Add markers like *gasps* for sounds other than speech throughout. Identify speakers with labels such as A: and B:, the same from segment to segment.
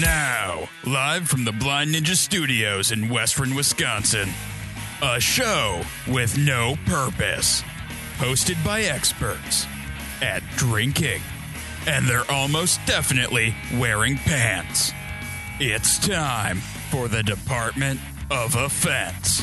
A: Now, live from the Blind Ninja Studios in Western Wisconsin, a show with no purpose, hosted by experts at drinking, and they're almost definitely wearing pants. It's time for the Department of Offense.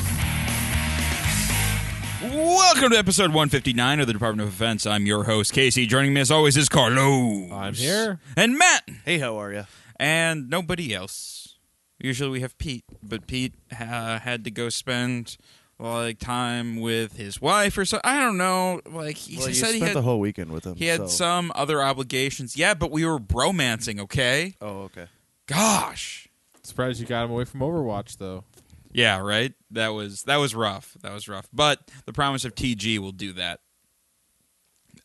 B: Welcome to episode 159 of the Department of Defense. I'm your host, Casey. Joining me as always is Carlos.
C: I'm here.
B: And Matt.
D: Hey, how are you?
B: And nobody else. Usually we have Pete, but Pete uh, had to go spend like time with his wife or so. I don't know. Like he
D: Well, you
B: said
D: spent
B: he had,
D: the whole weekend with him.
B: he had
D: so.
B: some other obligations. Yeah, but we were bromancing, okay?
D: Oh, okay.
B: Gosh.
C: Surprised you got him away from Overwatch, though.
B: Yeah, right? That was that was rough. That was rough. But the promise of TG will do that.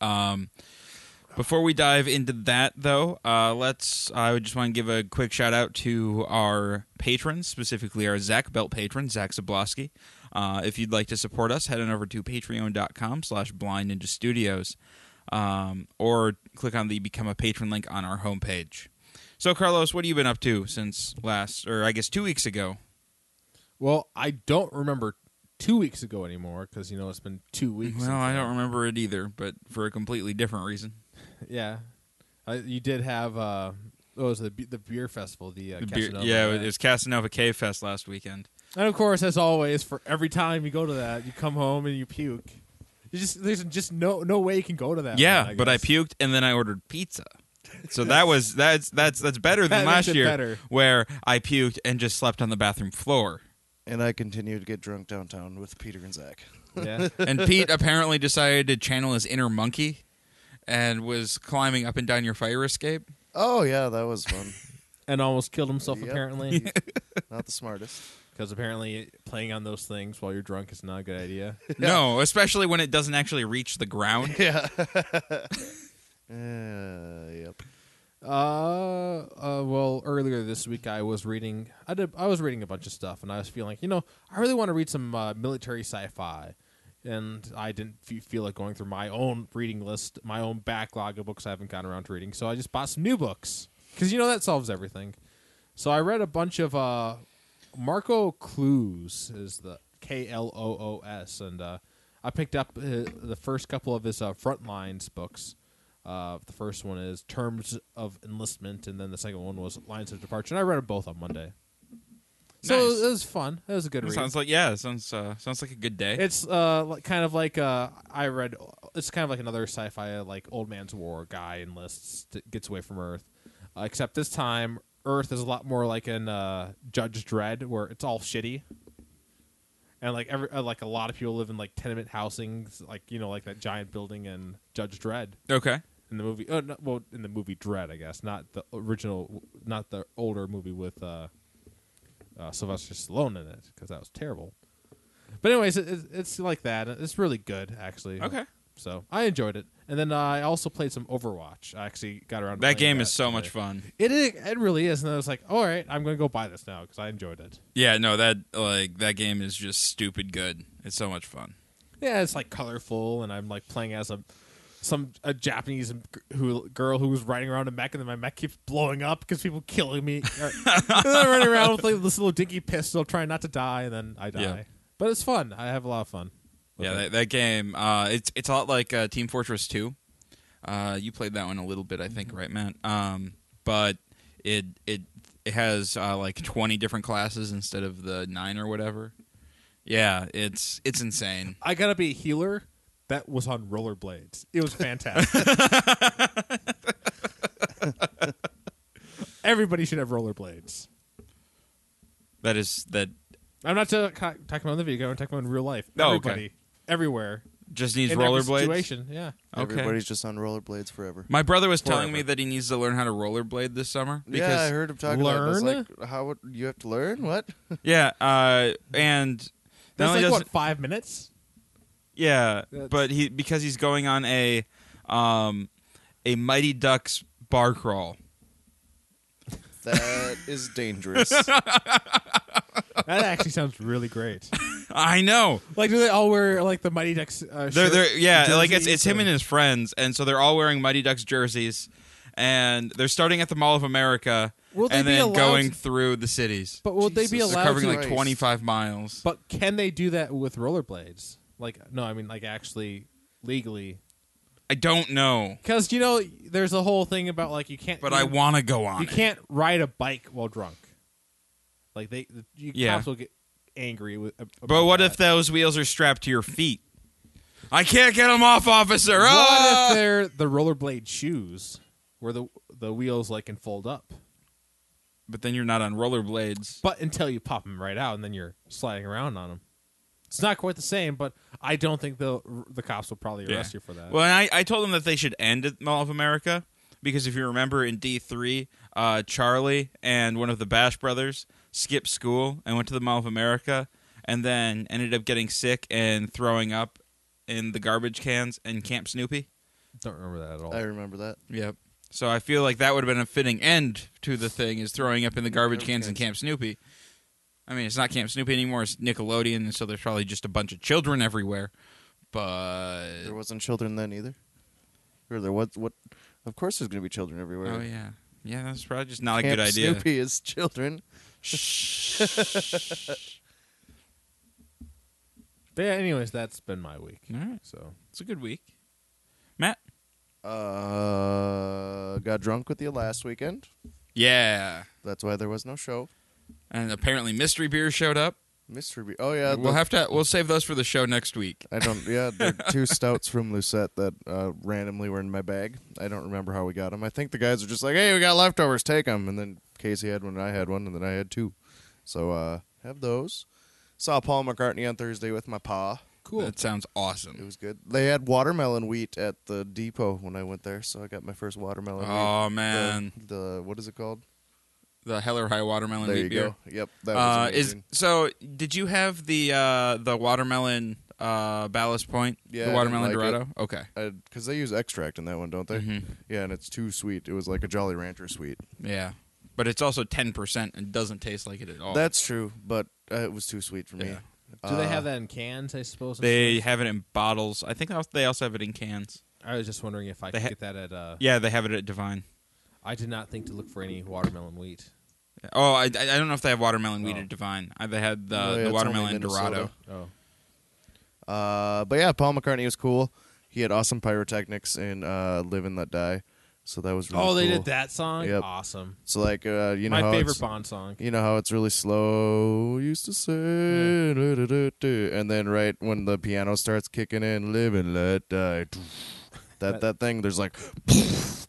B: Um before we dive into that though, uh let's I would just want to give a quick shout out to our patrons, specifically our Zach Belt patron, Zach Zablosky. Uh if you'd like to support us, head on over to patreon.com slash blind ninja studios. Um or click on the become a patron link on our homepage. So Carlos, what have you been up to since last or I guess two weeks ago?
C: Well, I don't remember two weeks ago anymore because you know it's been two weeks.
B: Well, I don't remember it either, but for a completely different reason.
C: remember. Yeah, uh, you did have. Uh, what was it, the be- the beer festival? The, uh,
B: The beer-
C: Casanova,
B: yeah, it was Casanova Cave Fest last weekend.
C: and of course, as always, for every time you go to that, you come home and you puke. You just there's just no no way you can go to that.
B: yeah,
C: one,
B: but I
C: Oh, guess.
B: puked and then I ordered
C: *laughs*
B: pizza. So that was that's that's that's better than
C: That
B: last
C: makes it
B: year,
C: better.
B: where I puked and just slept on the bathroom floor.
D: And I continue to get drunk downtown with Peter and Zach.
C: Yeah.
B: And Pete apparently decided to channel his inner monkey, and was climbing up and down your fire
C: *laughs*
B: escape.
D: Oh yeah, that was *laughs* fun.
C: *laughs* and almost killed himself
D: Yep.
C: apparently
B: *laughs*
D: Not the smartest.
C: because apparently playing on those things while you're drunk is not a good idea.
B: No, especially when it doesn't actually reach the
C: *laughs*
B: ground.
D: Yeah. *laughs* uh, yep.
C: Uh, uh, well, earlier this week I was reading. I did. I was reading a bunch of stuff, and I was feeling, you know, I really want to read some uh, military sci-fi, and I didn't f- feel like going through my own reading list, my own backlog of books I haven't gotten around to reading. So I just bought some new books because you know that solves everything. So I read a bunch of uh, Marco Clues is the K L O O S, and uh, I picked up uh, the first couple of his uh, Frontlines books. Uh, the first one is Terms of Enlistment, and then the second one was Lines of Departure. And I read them both on Monday, so
B: Nice.
C: it was fun. It was a good read.
B: Sounds like yeah, sounds uh, sounds like a good day.
C: It's uh li- kind of like uh I read it's kind of like another sci-fi uh, like old man's war guy enlists t- gets away from Earth, uh, except this time Earth is a lot more like in uh, Judge Dredd where it's all shitty, and like every uh, like a lot of people live in like tenement housings like you know like that giant building in Judge Dredd
B: okay,
C: in the movie uh, not, well in the movie Dread I guess not the original not the older movie with uh, uh, Sylvester Stallone in it because that was terrible. But anyways, it, it's it's like that. It's really good actually.
B: Okay.
C: so I enjoyed it, and then uh, I also played some Overwatch. I actually got around. to
B: that
C: playing
B: game is so
C: today.
B: much fun.
C: It i- it really is, and I was like, all right, I'm gonna go buy this now because I enjoyed it.
B: Yeah, no, that like that game is just stupid good. It's so much fun.
C: Yeah, it's like colorful, and I'm like playing as a some a Japanese g- who girl who was riding around in mech, and then my mech keeps blowing up because people killing me. *laughs* and then I'm running around with like, this little dinky pistol, trying not to die, and then I die.
B: Yeah.
C: But it's fun. I have a lot of fun. with
B: Yeah,
C: it.
B: that, that game. Uh, it's it's a lot like uh, Team Fortress Two. Uh, you played that one a little bit, I
C: Mm-hmm.
B: think, right, Matt? Um, but it it it has uh, like twenty different classes instead of the nine or whatever. Yeah, it's it's insane.
C: I gotta be a healer. That was on rollerblades. It
B: *laughs*
C: was fantastic. *laughs* Everybody should have rollerblades.
B: That is that
C: I'm not ta- ca- talking about in the video game. I'm talking about in real life.
B: Oh, okay.
C: Everybody, everywhere,
B: just needs
C: in every
B: rollerblades.
C: situation. Yeah.
B: Okay.
D: Everybody's just on rollerblades forever.
B: My brother was telling
D: Forever.
B: me that he needs to learn how to rollerblade this summer because
D: yeah, I heard him talking about it.
C: learn?
D: I was like, how would you have to learn? What?
B: yeah, uh, and not
C: That's
B: only does
C: like what five minutes.
B: Yeah,
C: That's-
B: but he because he's going on a um a Mighty Ducks bar crawl.
D: *laughs* That is dangerous.
C: That actually sounds really great.
B: I know.
C: *laughs* Like, do they all wear like the Mighty Ducks? Uh,
B: They're
C: shirts,
B: they're yeah, like it's
C: jerseys,
B: it's him and his friends and so they're all wearing Mighty Ducks jerseys and they're starting at the Mall of America
C: Will they
B: and
C: be
B: then
C: allowed-
B: going through the cities.
C: But will they be
D: Jesus.
B: they're
C: allowed
B: covering
C: to?
B: like
D: Christ.
B: 25 miles.
C: but can they do that with rollerblades? Like, no, I mean, like actually legally,
B: I don't know,
C: because you know, there's a whole thing about like you can't.
B: but
C: you
B: I
C: know,
B: want to go on.
C: You
B: it.
C: can't ride a bike while drunk. Like they, the, you
B: Yeah.
C: cops will get angry with. ab-
B: But
C: about
B: what
C: that.
B: if those wheels are strapped to your feet? I can't get them off, officer.
C: What
B: Ah!
C: if they're the rollerblade shoes, where the the wheels like can fold up?
B: But then you're not on rollerblades.
C: But until you pop them right out, and then you're sliding around on them. It's not quite the same, but I don't think the the cops will probably arrest you for that.
B: Well, and I, I told them that they should end at Mall of America because if you remember in D3, uh, Charlie and one of the Bash brothers skipped school and went to the Mall of America and then ended up getting sick and throwing up in the garbage cans in Camp Snoopy.
C: don't remember that at
D: *laughs*
C: all.
D: I remember that.
B: Yep. So I feel like that would have been a fitting end to the thing is throwing up in the garbage cans in Camp Snoopy. I mean, it's not Camp Snoopy anymore; it's Nickelodeon, and so there's probably just a bunch of children everywhere. But
D: There wasn't children then either. Or there was what? Of course, there's going to be children everywhere.
B: oh yeah, yeah, that's probably just not a
D: Camp
B: good idea.
D: Snoopy is children.
C: But yeah, anyways, that's been my week.
B: All right,
C: So
B: it's a good week. Matt,
D: Uh, got drunk with you last weekend.
B: yeah,
D: That's why there was no show.
B: and apparently mystery beer showed up.
D: Mystery. Be- oh yeah,
B: we'll
D: the-
B: have to we'll save those for the show next week.
D: I don't. Yeah, there
B: *laughs*
D: are two stouts from Lucette that uh, randomly were in my bag. I don't remember how we got them. I think the guys are just like, "Hey, we got leftovers. Take them." And then Casey had one, and I had one, and then I had two. So uh, have those. Saw Paul McCartney on Thursday with my pa.
C: cool.
B: That sounds
D: It
B: awesome.
D: was good. They had watermelon wheat at the depot when I went there, so I got my first watermelon. wheat.
B: Oh
D: The-
B: man,
D: the, what is it called?
B: the Heller High Watermelon
D: there
B: Wheat
D: you
B: Beer.
D: go. Yep, that
B: Uh,
D: was
B: is
D: amazing.
B: so? Did you have the uh, the watermelon uh, ballast point?
D: Yeah, I
B: the
D: didn't
B: watermelon
D: like
B: Dorado. Okay,
D: because they use extract in that one, don't they?
C: Mm-hmm.
B: Mhm.
D: Yeah, and it's too sweet. It was like a Jolly Rancher sweet.
B: yeah, but it's also ten percent and doesn't taste like it at all.
D: That's true, but uh, it was too sweet for me.
B: Yeah.
C: Do they
D: Uh,
C: have that in cans? I suppose.
B: they have it in bottles. I think they also have it in cans.
C: I was just wondering if I
B: They
C: could
B: ha-
C: get that at. Uh,
B: Yeah, they have it at Divine.
C: I did not think to look for any watermelon wheat.
B: Oh, I, I don't know if they have watermelon wheat
C: Oh.
B: at Divine. I, they had the,
D: No, yeah, it's
B: the
D: only
B: watermelon Dorado.
D: Minnesota.
C: Oh,
D: Uh, but yeah, Paul McCartney was cool. He had awesome pyrotechnics in uh, "Live and Let Die," so that was really
C: oh, they
D: cool.
C: did that song.
D: Yep.
C: Awesome.
D: So like, uh, you know,
C: My
D: how
C: favorite
D: it's-
C: Bond song.
D: You know how it's really slow. Used to say, "Da-da-da-da," and then right when the piano starts kicking in, "Live and Let Die," *laughs* that that thing. There's like, *laughs*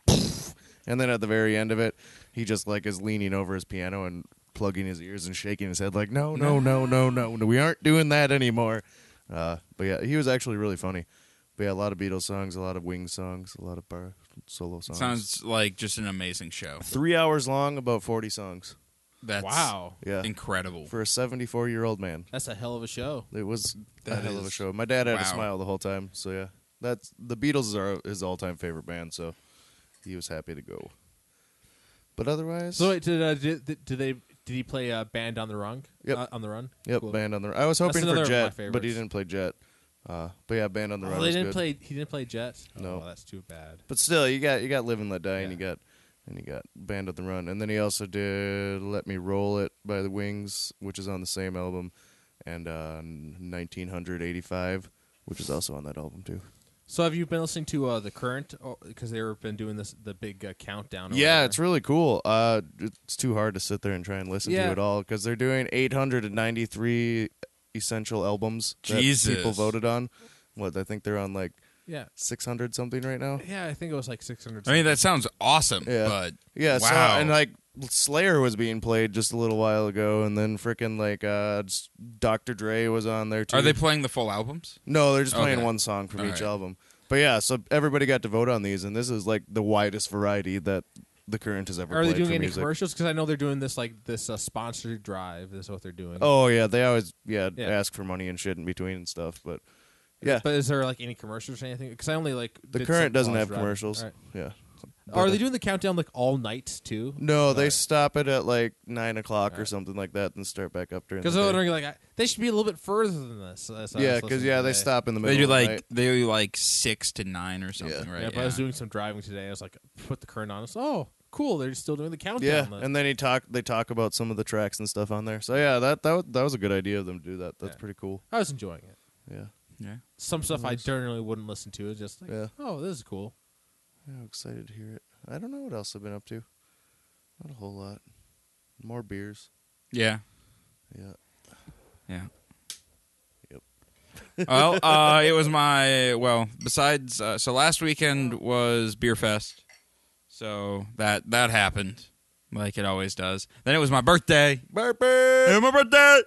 D: and then at the very end of it, he just like is leaning over his piano and plugging his ears and shaking his head like, "No, no, no, no, no, no we aren't doing that anymore." Uh, but yeah, he was actually really funny. But yeah, a lot of Beatles songs, a lot of Wings songs, a lot of bar solo songs.
B: Sounds like just an amazing show.
D: three hours long, about forty songs.
B: That's
C: wow,
D: Yeah,
B: incredible.
D: for a seventy-four-year-old man.
C: that's a hell of a show.
D: It was
B: That
D: a hell of a
B: is-
D: show. My dad had
B: wow.
D: a smile the whole time. So yeah, that's the Beatles are his all-time favorite band. So he was happy to go. But otherwise,
C: So wait, did uh, did, did, did they did he play uh, Band on the Run?
D: Yep.
C: Uh, on the Run.
D: yep,
C: Cool.
D: band on the. I was
C: That's
D: hoping
C: another
D: for
C: of my
D: Jet, but he
C: favorites.
D: didn't play Jet. Uh, but yeah, band on the
C: Oh,
D: run.
C: they
D: was
C: didn't
D: good.
C: play. He didn't play Jet. Oh,
D: No.
C: that's too bad.
D: But still, you got you got live and let die, and you
C: Yeah.
D: got and you got band on the run, and then he also did let me roll it by the Wings, which is on the same album, and uh, 1985, which is also on that album too.
C: So have you been listening to uh, the current? Because they've been doing this the big uh, countdown. or
D: Yeah,
C: whatever.
D: it's really cool. Uh, it's too hard to sit there and try and listen
C: Yeah.
D: to it all because they're doing 893 essential albums that people
B: Jesus.
D: voted on. What I think they're on like
C: yeah.
D: 600 something right now.
C: Yeah, I think it was like six hundred.
B: I mean, that sounds awesome,
D: Yeah.
B: but
D: Yeah, so
B: wow.
D: and like Slayer was being played just a little while ago, and then frickin' like uh, s- Dr. Dre was on there too.
B: are they playing the full albums?
D: no, they're just playing
B: Okay.
D: one song from
B: All
D: each
B: right.
D: album. But yeah, so everybody got to vote on these, and this is like the widest variety that the current has ever.
C: Are they
D: played for
C: doing any
D: music.
C: commercials? Because I know they're doing this like this uh, sponsored drive. That's what they're doing.
D: Oh yeah, they always yeah,
C: Yeah.
D: ask for money and shit in between and stuff. But yeah,
C: but is there like any commercials or anything? Because I only like
D: the
C: did
D: current
C: some
D: doesn't
C: college
D: have
C: drive.
D: commercials.
C: All right.
D: Yeah,
C: Are they doing the countdown like all night too?
D: No, they stop it at like nine o'clock or something like that, and start back up during.
C: Because
D: the
C: I was
D: day.
C: wondering, like, I, they should be a little bit further than this. That's what I
D: yeah,
C: was
D: because
C: listening
D: yeah,
C: to
D: they
C: today.
D: stop in the middle.
B: They do
D: of the
B: like
D: night.
B: they do like six to nine or something,
D: Yeah.
B: right?
C: Yeah, but I was doing some driving today. I was like, put the current on. I was, oh, cool. They're still doing the
D: yeah,
C: countdown.
D: and then he talk. They talk about some of the tracks and stuff on there. So yeah, that that wa- that was a good idea of them to do that. That's
C: Yeah.
D: pretty cool.
C: I was enjoying it.
D: Yeah,
B: Yeah.
C: Some stuff I generally wouldn't listen to. It's just like,
D: Yeah.
C: oh, this is cool.
D: Yeah, I'm excited to hear it. I don't know what else I've been up to. Not a whole lot. More beers.
B: Yeah.
D: Yeah.
B: Yeah. *laughs*
D: Yep. *laughs*
B: well, uh, it was my well. Besides, uh, so last weekend was Beer Fest, so that that happened, like it always does. Then it was my birthday.
D: Burper.
B: Hey, my birthday.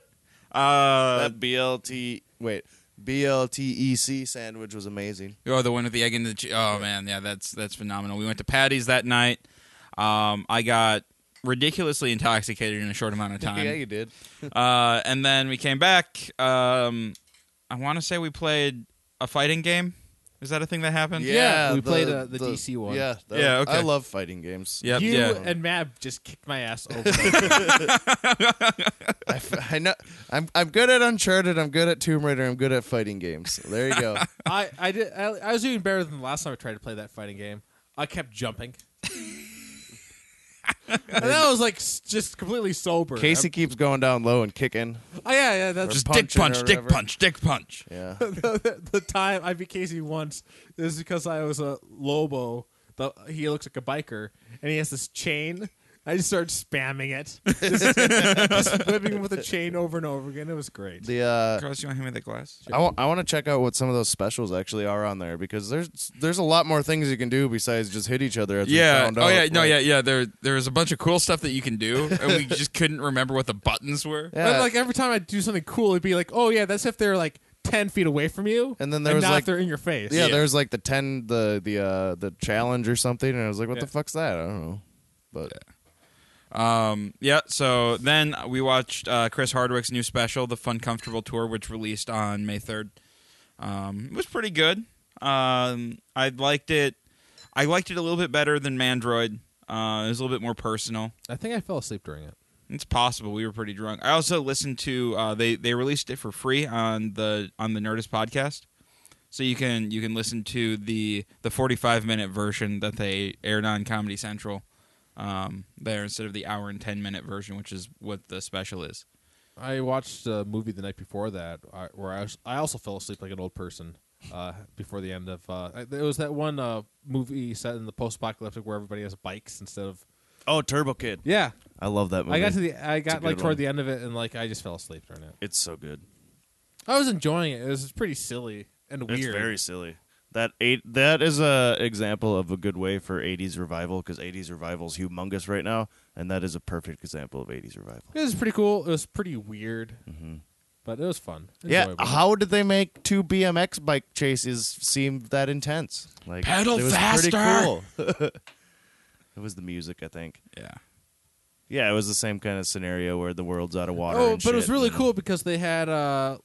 B: Uh,
D: That BLT. Wait, BLTEC E sandwich was amazing.
B: oh, the one with the egg and the che- oh man, yeah, that's that's phenomenal. We went to Patty's that night. Um, I got ridiculously intoxicated in a short amount of time.
D: Yeah, you did.
B: uh, and then we came back. Um, I want to say we played a fighting game. Is that a thing that happened?
C: we played, uh, the DC one.
D: Yeah, that
B: Yeah,
D: was-
B: okay.
D: I love fighting games.
B: Yep,
C: you
B: yeah.
C: and Mab just kicked my ass over.
D: *laughs* I, f- I know. I'm I'm good at Uncharted. I'm good at Tomb Raider. I'm good at fighting games. So there you
B: *laughs*
D: go.
C: I, I did. I, I was doing better than the last time I tried to play that fighting game. I kept jumping. *laughs* and that was like s- just completely sober.
D: Casey keeps going down low and kicking.
C: I'm- oh yeah, yeah. That's
B: Just
D: Or
B: dick
D: punching
B: punch,
D: or
B: dick
D: whatever.
B: punch, dick punch.
D: Yeah.
C: the, *laughs* the time I beat Casey once is because I was a Lobo. The, he looks like a biker, and he has this chain. I just started spamming it, just, *laughs* just whipping him with a chain over and over again. It was great.
D: The uh,
B: Carlos, you want to hand me the glass?
D: I want, I want to check out what some of those specials actually are on there because there's there's a lot more things you can do besides just hit each other. As we
B: Yeah.
D: found
B: Oh
D: out,
B: yeah. No.
D: like-
B: Yeah. Yeah. There, there was a bunch of cool stuff that you can do, and we *laughs* just couldn't remember what the buttons were.
D: Yeah.
C: But, like every time I do something cool, it'd be like, "Oh yeah, that's if they're like ten feet away from you,
D: And then there was,
C: not if
D: like-
C: they're in your face."
D: Yeah,
B: Yeah.
D: there's like the ten the the uh the challenge or something, and I was like, what the
C: Yeah.
D: fuck's that? I don't know, but
B: Um. Yeah. So then we watched uh, Chris Hardwick's new special, the Fun Comfortable Tour, which released on May third. Um. It was pretty good. Um. I liked it. I liked it a little bit better than Mandroid. Uh. It was a little bit more personal.
C: I think I fell asleep during it.
B: It's possible we were pretty drunk. I also listened to uh, they they released it for free on the on the Nerdist podcast, so you can you can listen to the the forty five minute version that they aired on Comedy Central um, there instead of the hour and ten minute version, which is what the special is.
C: I watched a movie the night before that, uh, where I, was, I also fell asleep like an old person uh, before the end of. Uh, I- it was that one uh, movie set in the post-apocalyptic where everybody has bikes instead of.
D: oh, Turbo Kid,
C: Yeah,
D: I love that movie.
C: I got to the. I got
D: good
C: like toward
D: one.
C: the end of it, and like I just fell asleep during it.
D: it's so good.
C: I was enjoying it. It was pretty silly and weird.
D: It's very silly. That eight that is a example of a good way for 80s revival because 80s revival is humongous right now, and that is a perfect example of 80s revival.
C: It was pretty cool. It was pretty weird, but it was fun.
D: Mm-hmm. Yeah,
C: Enjoyable.
D: how did they make two BMX bike chases seem that intense? Like
B: Pedal
D: it was
B: faster!
D: Pretty cool. it was the music, I think.
B: Yeah,
D: Yeah, it was the same kind of scenario where the world's out of water.
C: Oh,
D: and
C: but it was
D: shit,
C: really
D: and-
C: cool because they had uh,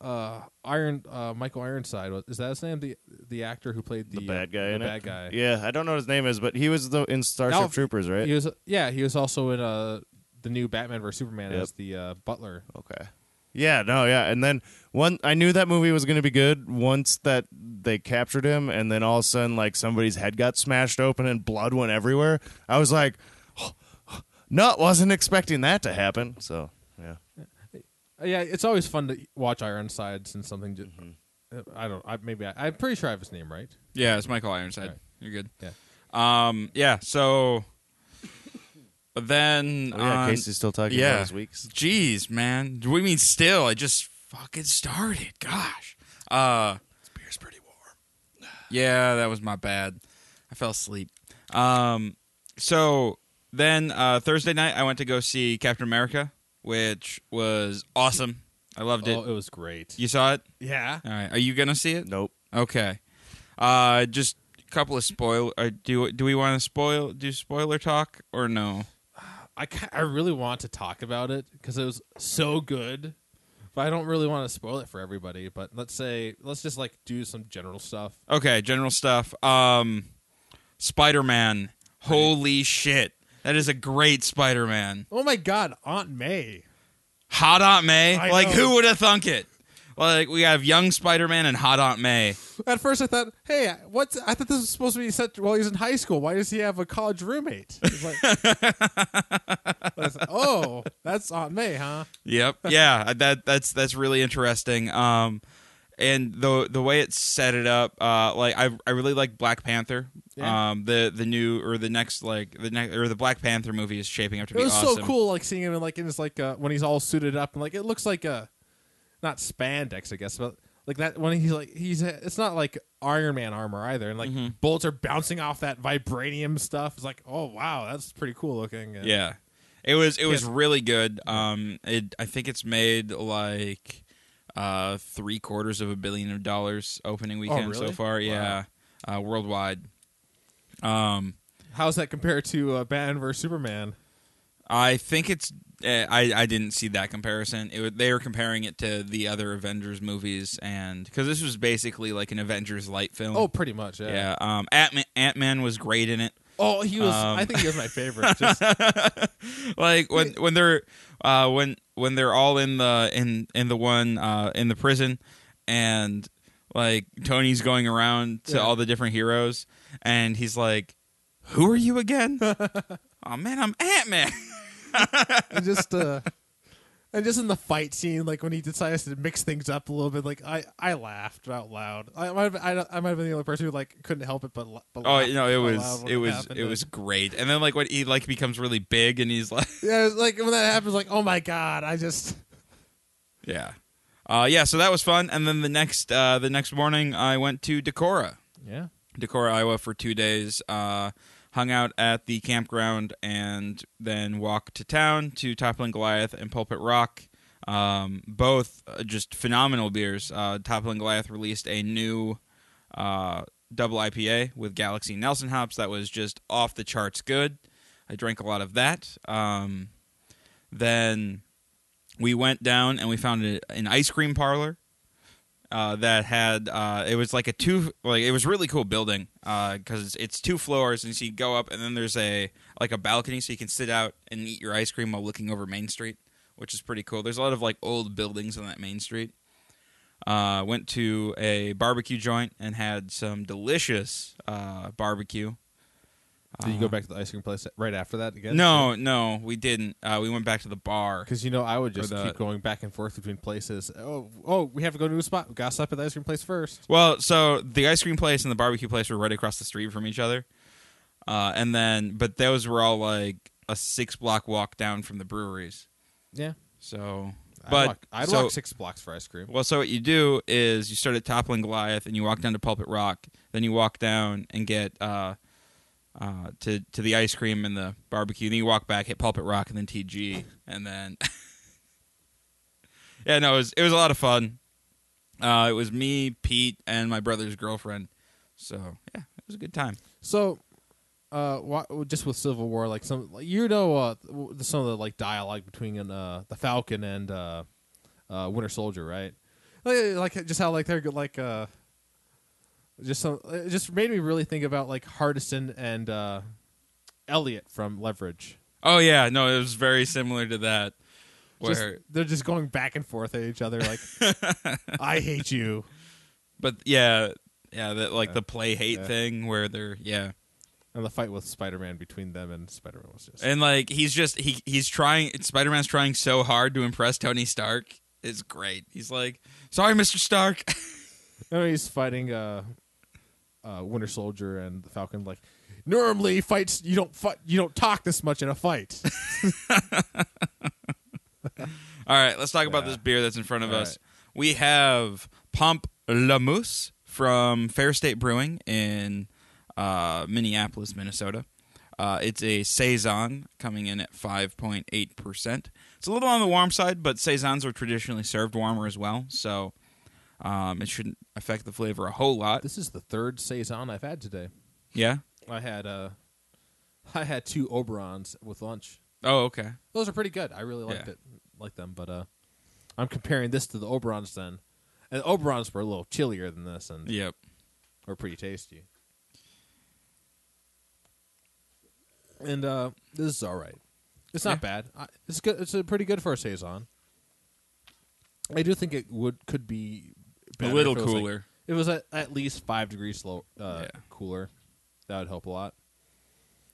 C: uh, Iron uh, Michael Ironside. was- Is that his name? The the actor who played the,
D: The bad guy,
C: uh, the
D: in it.
C: bad guy.
D: Yeah, I don't know what his name is, but he was the in Starship
C: Alf-
D: Troopers, right?
C: He was yeah. He was also in uh the new Batman vs Superman
D: Yep.
C: as the uh, butler.
D: Okay. Yeah, no, yeah. And then one I knew that movie was gonna be good once that they captured him and then all of a sudden like somebody's head got smashed open and blood went everywhere. I was like *gasps* No, wasn't expecting that to happen. So yeah.
C: Uh, yeah, it's always fun to watch Ironside since something. Just,
D: Mm-hmm.
C: I don't. I maybe I, I'm pretty sure I have his name right.
B: yeah. It's Michael Ironside.
C: Right.
B: You're good.
C: Yeah.
B: Um. Yeah. So. But then
D: Oh, yeah,
B: on-
D: Casey's still talking
B: yeah.
D: about his weeks.
B: Jeez, man. Do we mean still? I just fucking started. Gosh. Uh this beer's pretty warm. yeah, that was my bad. I fell asleep. Um so then uh Thursday night I went to go see Captain America, which was awesome. I loved it.
C: oh, it was great.
B: You saw it?
C: Yeah.
B: All right. Are you going to see it?
D: Nope.
B: Okay. Uh just a couple of spoil uh, do do we want to spoil do spoiler talk or no?
C: I ca- I really want to talk about it because it was so good, but I don't really want to spoil it for everybody. But let's say let's just like do some general stuff.
B: Okay, general stuff. Um Spider Man. Holy shit. That is a great Spider Man.
C: Oh my God, Aunt May.
B: Hot Aunt May.
C: I
B: like,
C: know.
B: who would have thunk it? Like, we have young Spider Man and Hot Aunt May.
C: At first, I thought, hey, what's? I thought this was supposed to be set while he's in high school. Why does he have a college roommate? It's like, I said, oh, that's Aunt May, huh? *laughs*
B: Yep. Yeah. That that's that's really interesting. Um, and the the way it set it up, uh, like I I really like Black Panther.
C: Yeah.
B: Um, the the new or the next like the next or the Black Panther movie is shaping up to
C: It
B: be
C: was
B: awesome.
C: so cool, like seeing him in like in his like uh, when he's all suited up and like it looks like a not spandex, I guess, but like that when he's like he's it's not like Iron Man armor either, and like
B: Mm-hmm.
C: bullets are bouncing off that vibranium stuff. It's like, oh wow, that's pretty cool looking. And
B: Yeah. It was it was
C: Yes.
B: really good. Um, it I think it's made like uh three quarters of a billion of dollars opening weekend so
C: Oh, really?
B: far. Yeah. Uh, worldwide. Um,
C: how's that compared to uh, Batman versus Superman?
B: I think it's. eh, I I didn't see that comparison. It, wa- they were comparing it to the other Avengers movies, and because this was basically like an Avengers light film.
C: Oh, pretty much. Yeah.
B: yeah. Um, Ant Man was great in it. *laughs*
C: Oh, he was.
B: Um,
C: I think he was my favorite. *laughs* Just,
B: Like when when they're uh, when when they're all in the in in the one uh, in the prison, and like Tony's going around to
C: Yeah.
B: all the different heroes, and he's like, "Who are you
C: *laughs*
B: again?" oh man, I'm Ant Man.
C: and just uh, and just in the fight scene, like when he decides to mix things up a little bit, like I, I laughed out loud. I might have, I, don't- I might have been the only person who like couldn't help it, but, la- but
B: Oh
C: laughed
B: no, it
C: out
B: was
C: loud when
B: it was
C: happened.
B: it was great. And then like when he like becomes really big and he's *laughs* like
C: yeah, it was like when that happens, like oh my god, I just
B: Yeah. Uh yeah, so that was fun. And then the next uh the next morning I went to Decorah.
C: yeah.
B: Decorah, Iowa for two days. Uh hung out at the campground and then walked to town to Toppling Goliath and Pulpit Rock. Um both uh, just phenomenal beers. Uh Toppling Goliath released a new uh double IPA with Galaxy Nelson hops that was just off the charts good. I drank a lot of that. Um then we went down and we found a, an ice cream parlor uh, that had uh, it was like a two like it was really cool building because it's, it's two floors and so you go up and then there's a like a balcony so you can sit out and eat your ice cream while looking over Main Street, which is pretty cool. There's a lot of like old buildings on that Main Street. Uh, went to a barbecue joint and had some delicious uh, barbecue.
C: Did you go back to the ice cream place right after that again?
B: No, no, we didn't. Uh, we went back to the bar.
C: Because you know, I would just
B: the-
C: keep going back and forth between places. Oh, oh, we have to go to a spot. We gotta stop at the ice cream place first.
B: Well, so the ice cream place and the barbecue place were right across the street from each other, uh, and then but those were all like a six block walk down from the breweries.
C: Yeah,
B: So,
C: I'd
B: but
C: walk- I'd
B: so,
C: walk six blocks for ice cream.
B: Well, so what you do is you start at Toppling Goliath and you walk down to Pulpit Rock, then you walk down and get uh, uh, to to the ice cream and the barbecue. Then you walk back, hit Pulpit Rock, and then TG, and then *laughs* yeah, no, it was it was a lot of fun. Uh, it was me, Pete, and my brother's girlfriend. So yeah, it was a good time.
C: So, uh, why, just with Civil War, like some, like, you know, uh, th- some of the like dialogue between uh the Falcon and uh, uh Winter Soldier, right? Like, like just how like they're good, like uh, just some, uh, it just made me really think about like Hardison and uh, Elliot from Leverage.
B: Oh yeah, no, it was very similar to that. Where
C: Just- they're just going back and forth at each other, like I hate you.
B: but yeah, yeah, that like the play hate
C: Yeah.
B: thing where they're yeah.
C: And the fight with Spider-Man between them and Spider-Man was just
B: And like he's just he he's trying Spider Man's trying so hard to impress Tony Stark. It's great. He's like, sorry, Mr. Stark. *laughs*
C: No, he's fighting uh, uh, Winter Soldier and the Falcon. Like normally, fights you don't fight, you don't talk this much in a fight.
B: All right, let's talk about
C: Yeah.
B: this beer that's in front of
C: All
B: us. We have Pomp La Mousse from Fair State Brewing in uh, Minneapolis, Minnesota. Uh, it's a saison coming in at 5.8%. It's a little on the warm side, but saisons are traditionally served warmer as well, so um, it shouldn't affect the flavor a whole lot.
C: *laughs* this is the third saison I've had today.
B: Yeah.
C: I had uh, I had two Oberons with lunch.
B: Oh, okay.
C: Those are pretty good. I really liked
B: Yeah.
C: it, like them. But uh, I'm comparing this to the Oberons then, and the Oberons were a little chillier than this and
B: Yep.
C: were pretty tasty. and uh, this is all right. It's
B: Yeah.
C: not bad. I, it's good. It's a pretty good for a saison. I do think it would could be better
B: little
C: if it was, like-
B: cooler.
C: if it was at, at least five degrees slow, uh,
B: Yeah.
C: cooler. That would help a lot.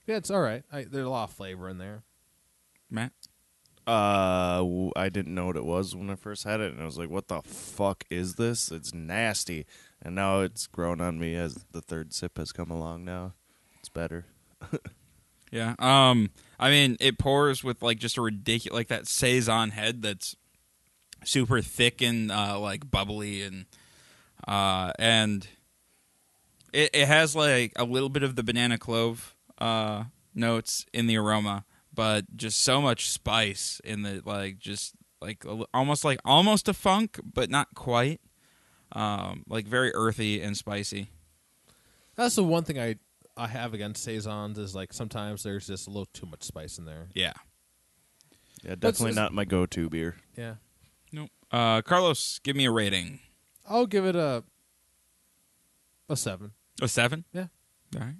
C: Yeah, it's all right. I, there's a lot of flavor in there.
B: Matt.
D: Uh, w- I didn't know what it was when I first had it, and I was like, "What the fuck is this? It's nasty." And now it's grown on me as the third sip has come along. Now it's better.
B: Yeah. Um. I mean, it pours with like just a ridiculous like that saison head that's super thick and uh, like bubbly and uh and it it has like a little bit of the banana clove uh notes in the aroma, but just so much spice in the like just like a li- almost like almost a funk, but not quite. Um, like very earthy and spicy.
C: That's the one thing I I have against saisons is like sometimes there's just a little too much spice in there.
B: Yeah.
D: Yeah,
C: That's-
D: definitely not my go-to beer.
C: Yeah,
B: Nope. Uh, Carlos, give me a rating.
C: I'll give it a a seven.
B: A seven.
C: Yeah,
B: All right.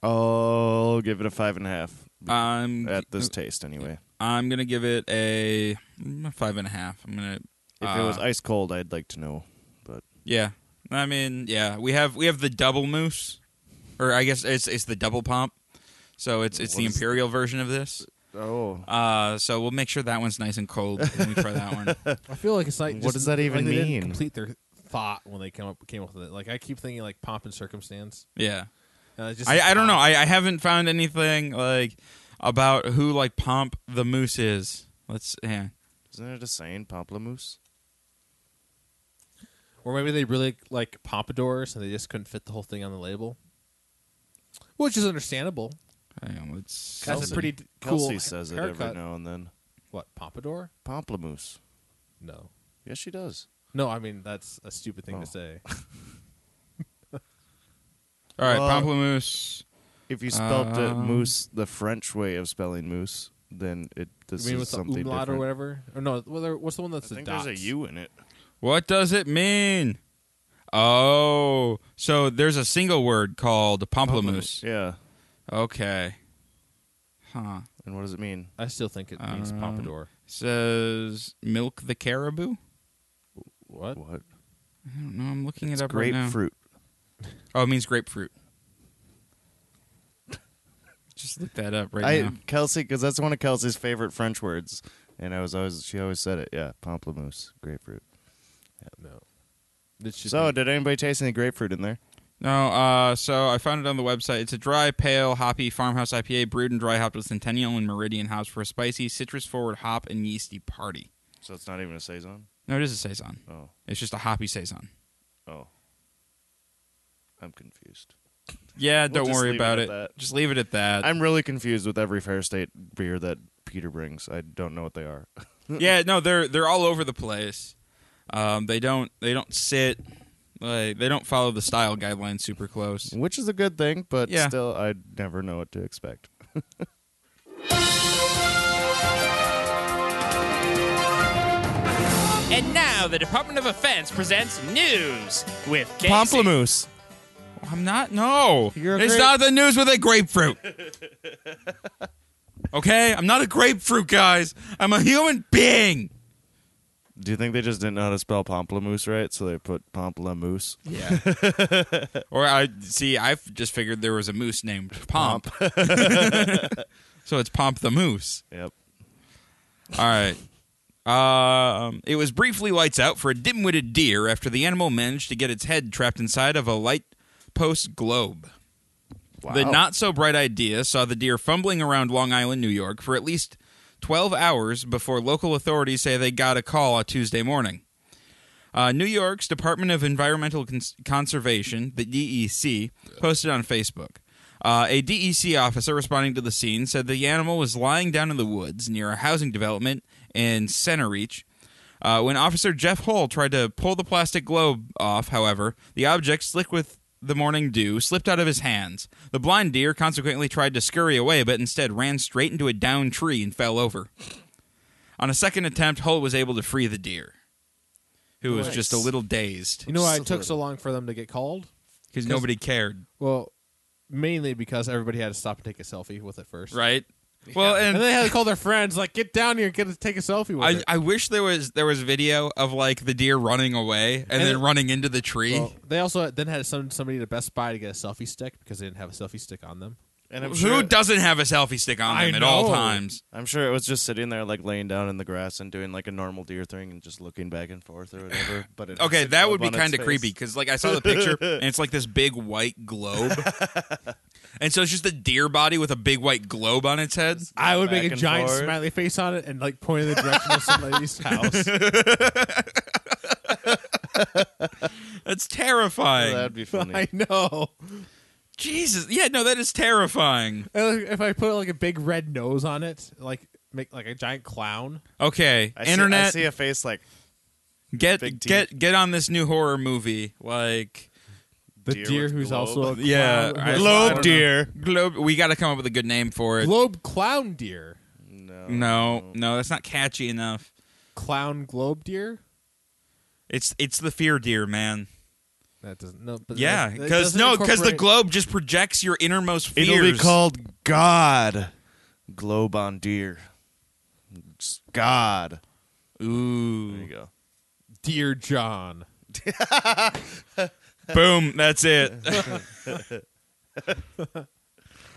D: I'll give it a five and a half
B: I'm
D: at this taste anyway.
B: I'm gonna give it a mm, five and a half. I'm gonna.
D: If it
B: uh,
D: was ice cold, I'd like to know. But
B: yeah. I mean, yeah. We have we have the double moose, or I guess it's it's the double pump. So it's it's
D: What
B: the
D: is-
B: imperial version of this.
D: oh,
B: Uh, so we'll make sure that one's nice and cold when we try that one.
D: *laughs*
C: I feel like it's like
D: What
C: just-
D: does that even
C: like they
D: mean?
C: Didn't complete their thought when they came up came up with it. Like I keep thinking like pomp and circumstance.
B: Yeah.
C: And it's just
B: I, I don't know.
C: pomp.
B: I, I haven't found anything like about who like Pomp the Moose is. Let's yeah.
D: isn't it a saying, pamplemousse?
C: or maybe they really like pompadours and they just couldn't fit the whole thing on the label, which is understandable.
B: Hang on, let's.
C: That's a pretty d- cool
D: Kelsey
C: ha-
D: says it every
C: haircut.
D: now and then.
C: What pompadour?
D: Pamplemousse.
C: No,
D: Yes, she does.
C: no. I mean that's a stupid thing
D: Oh.
C: to say.
B: All right,
D: Well-
B: Pomplamoose.
D: If you spelt it
B: Um,
D: moose the French way of spelling moose, then it this
C: You mean
D: is
C: with the
D: something
C: umlaut
D: different.
C: or whatever? Or no, well, there- what's the one that's
D: I
C: the
D: think
C: dots?
D: there's a U in it.
B: What does it mean? Oh, so there's a single word called pomplamoose.
D: Yeah.
B: Okay. Huh.
D: And what does it mean?
C: I still think it
D: Uh,
C: means
B: Um,
C: pompadour.
B: Says milk the caribou.
C: What?
D: What?
B: I don't know. I'm looking it up right now.
D: Grapefruit.
B: Oh, it means grapefruit. *laughs* Just look that up right
D: I
B: now.
D: Kelsey, because that's one of Kelsey's favorite French words, and I was always she always said it. Yeah, pamplemousse, grapefruit.
C: No. This should
D: So,
C: be-
D: did anybody taste any grapefruit in there?
B: No, uh, so I found it on the website. It's a dry, pale, hoppy farmhouse IPA brewed and dry hopped with Centennial and Meridian hops for a spicy, citrus-forward hop and yeasty party.
D: So it's not even a saison.
B: No, it is a saison.
D: Oh,
B: It's just a hoppy saison.
D: oh, I'm confused.
B: Yeah,
D: We'll
B: don't
D: just
B: worry
D: leave it
B: about
D: at
B: it.
D: that.
B: Just leave it at that.
D: I'm really confused with every Fair State beer that Peter brings. I don't know what they are.
B: yeah, no, they're they're all over the place. Um, they don't they don't sit like they don't follow the style guidelines super close.
D: Which is a good thing, but
B: Yeah.
D: still, I never know what
B: *laughs*
D: to expect.
E: And now the Department of Defense presents news with Casey.
D: Pomplamoose.
B: I'm not. No,
D: You're a
B: it's
D: grape-
B: not the news with a
D: *laughs*
B: grapefruit. okay, I'm not a grapefruit, guys. I'm a human being.
D: Do you think they just didn't know how to spell pomplamoose right, so they put pomplamoose?
B: Yeah. or I see. I just figured there was a moose named Pomp.
D: *laughs*
B: *laughs* so it's Pomp the Moose.
D: Yep.
B: All right. Um, it was briefly lights out for a dim-witted deer after the animal managed to get its head trapped inside of a light post globe. The not so bright idea saw the deer fumbling around Long Island, New York for at least 12 hours before local authorities say they got a call on Tuesday morning. Uh, New York's Department of Environmental Cons- Conservation, the DEC, posted on Facebook. Uh, a DEC officer responding to the scene said the animal was lying down in the woods near a housing development in Center Reach. Uh, when Officer Jeff Hull tried to pull the plastic globe off, however, the object, slick with the morning dew, slipped out of his hands. The blind deer consequently tried to scurry away, but instead ran straight into a downed tree and fell over. On a second attempt, Hull was able to free the deer, who was
D: Nice.
B: just a little dazed
C: You know why it took so long for them to get called?
B: because nobody cared.
C: Well, mainly because everybody had to stop and take a selfie with it first.
B: right? Well, and,
C: And they had to call their friends, like, get down here and get to take a selfie with
B: I,
C: it.
B: I wish there was there was video of like the deer running away and, then
C: it-
B: running into the tree.
C: Well, they also then had some somebody to Best Buy to get a selfie stick because they didn't have a selfie stick on them.
D: And I'm
B: Who
D: sure,
B: doesn't have a selfie stick on
C: I
B: them at all
C: know.
B: times?
D: I'm sure it was just sitting there, like laying down in the grass and doing like a normal deer thing and just looking back and forth or whatever. But it
B: Okay,
D: has a
B: that
D: globe
B: would be
D: on its
B: kind of
D: face.
B: creepy because like I saw the picture
D: *laughs*
B: and it's like this big white globe, and so it's just a deer body with a big white globe on its head.
C: I would
D: Back
C: make a
D: and
C: giant
D: forth.
C: smiley face on it and like point in the direction of somebody's house. *laughs*
B: That's terrifying.
D: Oh,
B: *laughs*
D: That'd be funny.
C: I know.
B: Jesus, yeah, no, that is terrifying.
C: And If I put like a big red nose on it, like make like a giant clown.
B: Okay,
D: I see- I
B: internet,
D: see, a face like
B: get
D: big
B: get get on this new horror movie. Like,
C: The
D: Deer
C: deer,
D: with
C: who's
D: globe.
C: also a clown.
B: Yeah,
C: who
B: I-
C: has- I don't know.
D: globe deer.
B: globe. We got to come up with a good name for it.
C: Globe clown deer.
D: No,
B: No, no, that's not catchy enough.
C: Clown globe deer?
B: It's it's the fear deer, man.
C: That doesn't no but
B: Yeah,
C: that- that
B: because
C: doesn't
B: no, because the
C: incorporate-
B: globe just projects your innermost fears.
D: It'll be called God. Globe on deer. Just God. There you
B: Ooh,
D: go.
C: Dear John.
B: boom! That's it. *laughs*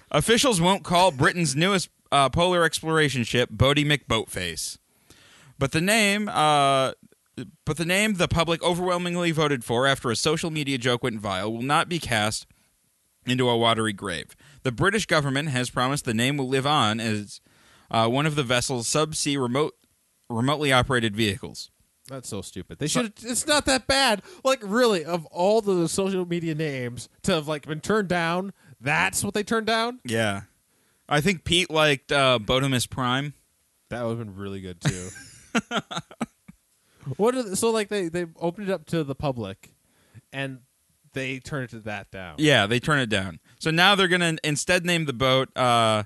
B: Officials won't call Britain's newest uh, polar exploration ship Bodie McBoatface, but the name, uh, but the name the public overwhelmingly voted for after a social media joke went viral will not be cast into a watery grave. The British government has promised the name will live on as uh, one of the vessel's subsea remote remotely operated vehicles.
C: That's so stupid. They should. It's not that bad. Like really, of all the social media names to have like been turned down, that's what they turned down.
B: Yeah. I think Pete liked uh, Bodomus Prime.
C: That would have been really good too. *laughs* what are the, so like they they opened it up to the public, and they turned it that down.
B: Yeah, they turn it down. So now they're going to instead name the boat uh,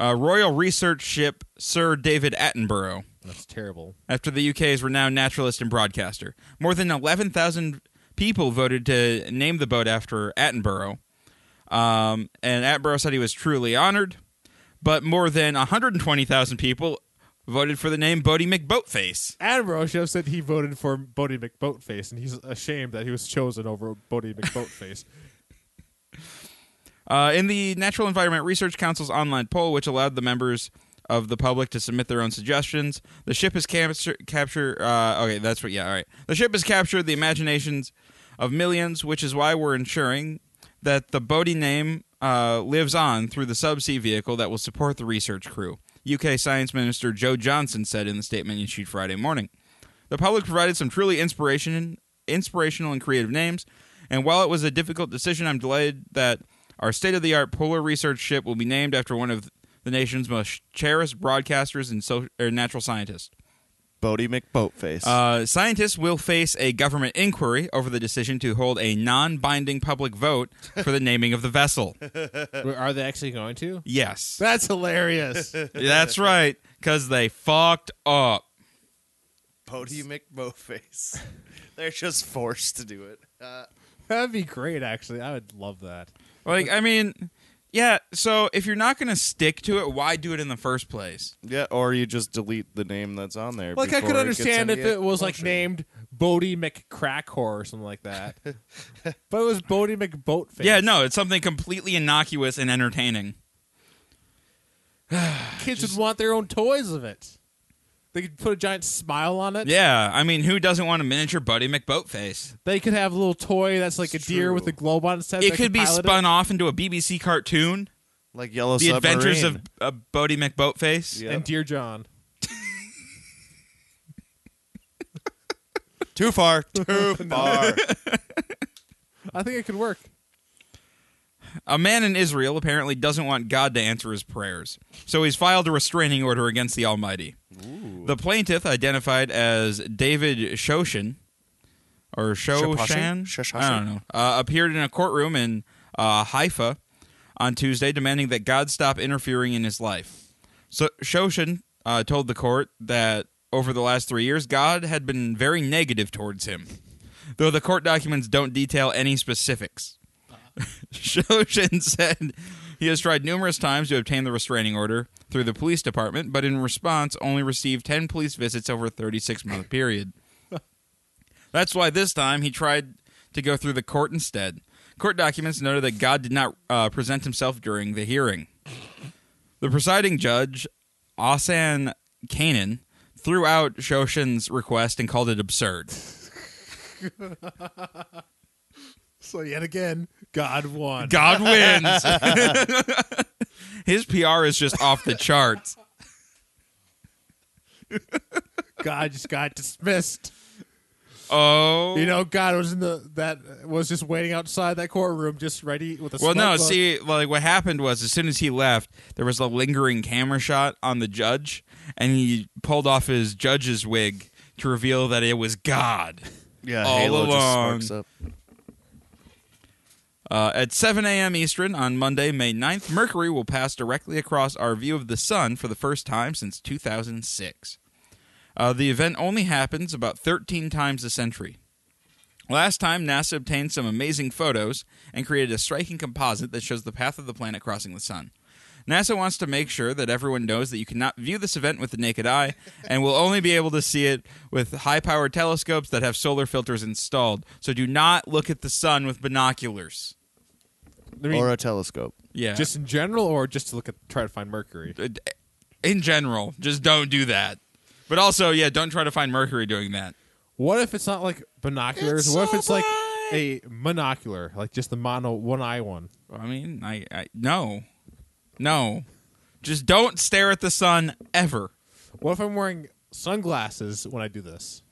B: uh, Royal Research Ship Sir David Attenborough.
C: that's terrible.
B: after the UK's renowned naturalist and broadcaster. More than 11,000 people voted to name the boat after Attenborough. Um, and Attenborough said he was truly honored, but more than 120,000 people voted for the name Bodie McBoatface.
C: Admiral Chef said he voted for Bodie McBoatface, and he's ashamed that he was chosen over Bodie *laughs* McBoatface.
B: Uh, in the Natural Environment Research Council's online poll, which allowed the members of the public to submit their own suggestions, the ship is capture capture. Uh, okay, that's what. Yeah, all right. The ship has captured the imaginations of millions, which is why we're ensuring that the Bodhi name uh, lives on through the subsea vehicle that will support the research crew. UK Science Minister Joe Johnson said in the statement issued Friday morning. The public provided some truly inspiration, inspirational and creative names, and while it was a difficult decision, I'm delighted that our state-of-the-art polar research ship will be named after one of the nation's most cherished broadcasters and so, er, natural scientists.
D: Bodie McBoatface.
B: Uh, scientists will face a government inquiry over the decision to hold a non-binding public vote for the naming of the vessel.
C: are they actually going to? *laughs*
B: Yes,
C: That's *laughs* hilarious.
B: that's right, because they fucked up.
D: Bodie McBoatface. *laughs* They're just forced to do it. Uh,
C: That'd be great. Actually, I would love that.
B: Like, I mean, yeah. So if you're not going to stick to it, why do it in the first place?
D: yeah, or you just delete the name that's on there.
C: Like
D: before
C: I could
D: it gets
C: understand
D: any
C: if it was like
D: attention.
C: named Bodie McCrackhor or something like *laughs* that, but it was Bodie McBoatface.
B: Yeah, no, it's something completely innocuous and entertaining.
C: kids would want their own toys of it. They could put a giant smile on it.
B: Yeah, I mean, who doesn't want a miniature Buddy McBoatface?
C: They could have a little toy that's like
D: It's
C: a deer with
D: true.
C: a globe on its head.
B: It
C: that
B: could be
C: pilot
B: spun off into a BBC cartoon,
D: like Yellow
B: The
D: Submarine.
B: Adventures of uh, Bodie McBoatface.
D: Yeah.
C: And Dear John.
D: Too far. *laughs* Too far.
C: I think it could work.
B: A man in Israel apparently doesn't want God to answer his prayers, so he's filed a restraining order against the Almighty. The plaintiff, identified as David Shoshan, or Shoshan,
D: Shoshan?
B: I don't know, uh, appeared in a courtroom in uh, Haifa on Tuesday demanding that God stop interfering in his life. So Shoshan uh, told the court that over the last three years, God had been very negative towards him, though the court documents don't detail any specifics. *laughs* Shoshin said he has tried numerous times to obtain the restraining order through the police department, but in response only received 10 police visits over a 36 month period. That's why this time he tried to go through the court instead. Court documents noted that God did not uh, present himself during the hearing. The presiding judge, Asan Kanan, threw out Shoshin's request and called it absurd.
C: So yet again, God won.
B: God wins. *laughs* His PR is just off the
C: *laughs*
B: charts.
C: God just got dismissed.
B: Oh,
C: You know, God was in the that was just waiting outside that courtroom, just ready with a.
B: well, no.
C: smoke
B: See, like what happened was, as soon as he left, there was a lingering camera shot on the judge, and he pulled off his judge's wig to reveal that it was God.
D: Yeah,
B: All
D: Halo
B: along.
D: just sparks up.
B: Uh, at 7 a.m. Eastern on Monday, May 9th, Mercury will pass directly across our view of the Sun for the first time since 2006. Uh, the event only happens about 13 times a century. Last time, NASA obtained some amazing photos and created a striking composite that shows the path of the planet crossing the Sun. NASA wants to make sure that everyone knows that you cannot view this event with the naked eye and will only be able to see it with high powered telescopes that have solar filters installed. So do not look at the sun with binoculars.
C: I mean,
D: or a telescope.
B: Yeah.
C: just in general, or just to look at try to find Mercury.
B: Uh, d- in general, just don't do that. But also, yeah, don't try to find Mercury doing that.
C: What if it's not like binoculars? what if it's like a monocular, like just the mono one eye one?
B: I mean, I, I no, no, just don't stare at the sun ever.
C: What if I'm wearing sunglasses when I do this?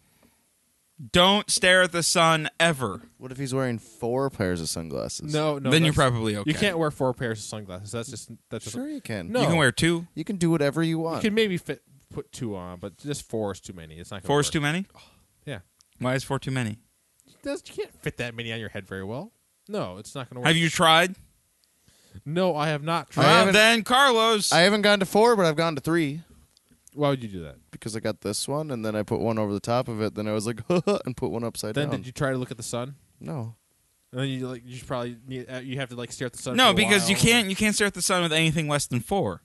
B: Don't stare at the sun ever.
D: What if he's wearing four pairs of sunglasses?
C: No, no.
B: then you're
C: that's-
B: probably okay.
C: You can't wear four pairs of sunglasses. That's just that's just
D: Sure you can.
C: No.
B: You can wear two.
D: You can do whatever you
C: You
D: want.
C: can maybe fit put two on, but just four is too many. It's not gonna
B: Four is
C: work.
B: too many.
C: Yeah,
B: Why is four too many?
C: That's- you can't fit that many on your head very well. No, it's not going to work.
B: Have you tried?
C: No, I have not
D: I
C: tried.
B: Well,
D: haven't-
B: then Carlos.
D: I haven't gone to four, but I've gone to three
C: Why would you do that?
D: because I got this one, and then I put one over the top of it. Then I was like, *laughs* and put one upside
C: Then
D: down.
C: did you try to look at the sun?
D: No,
C: And then you like you should probably need, uh, you have to like stare at the sun.
B: no,
C: for a
B: because you
C: while.
B: can't. You can't stare at the sun with anything less than four.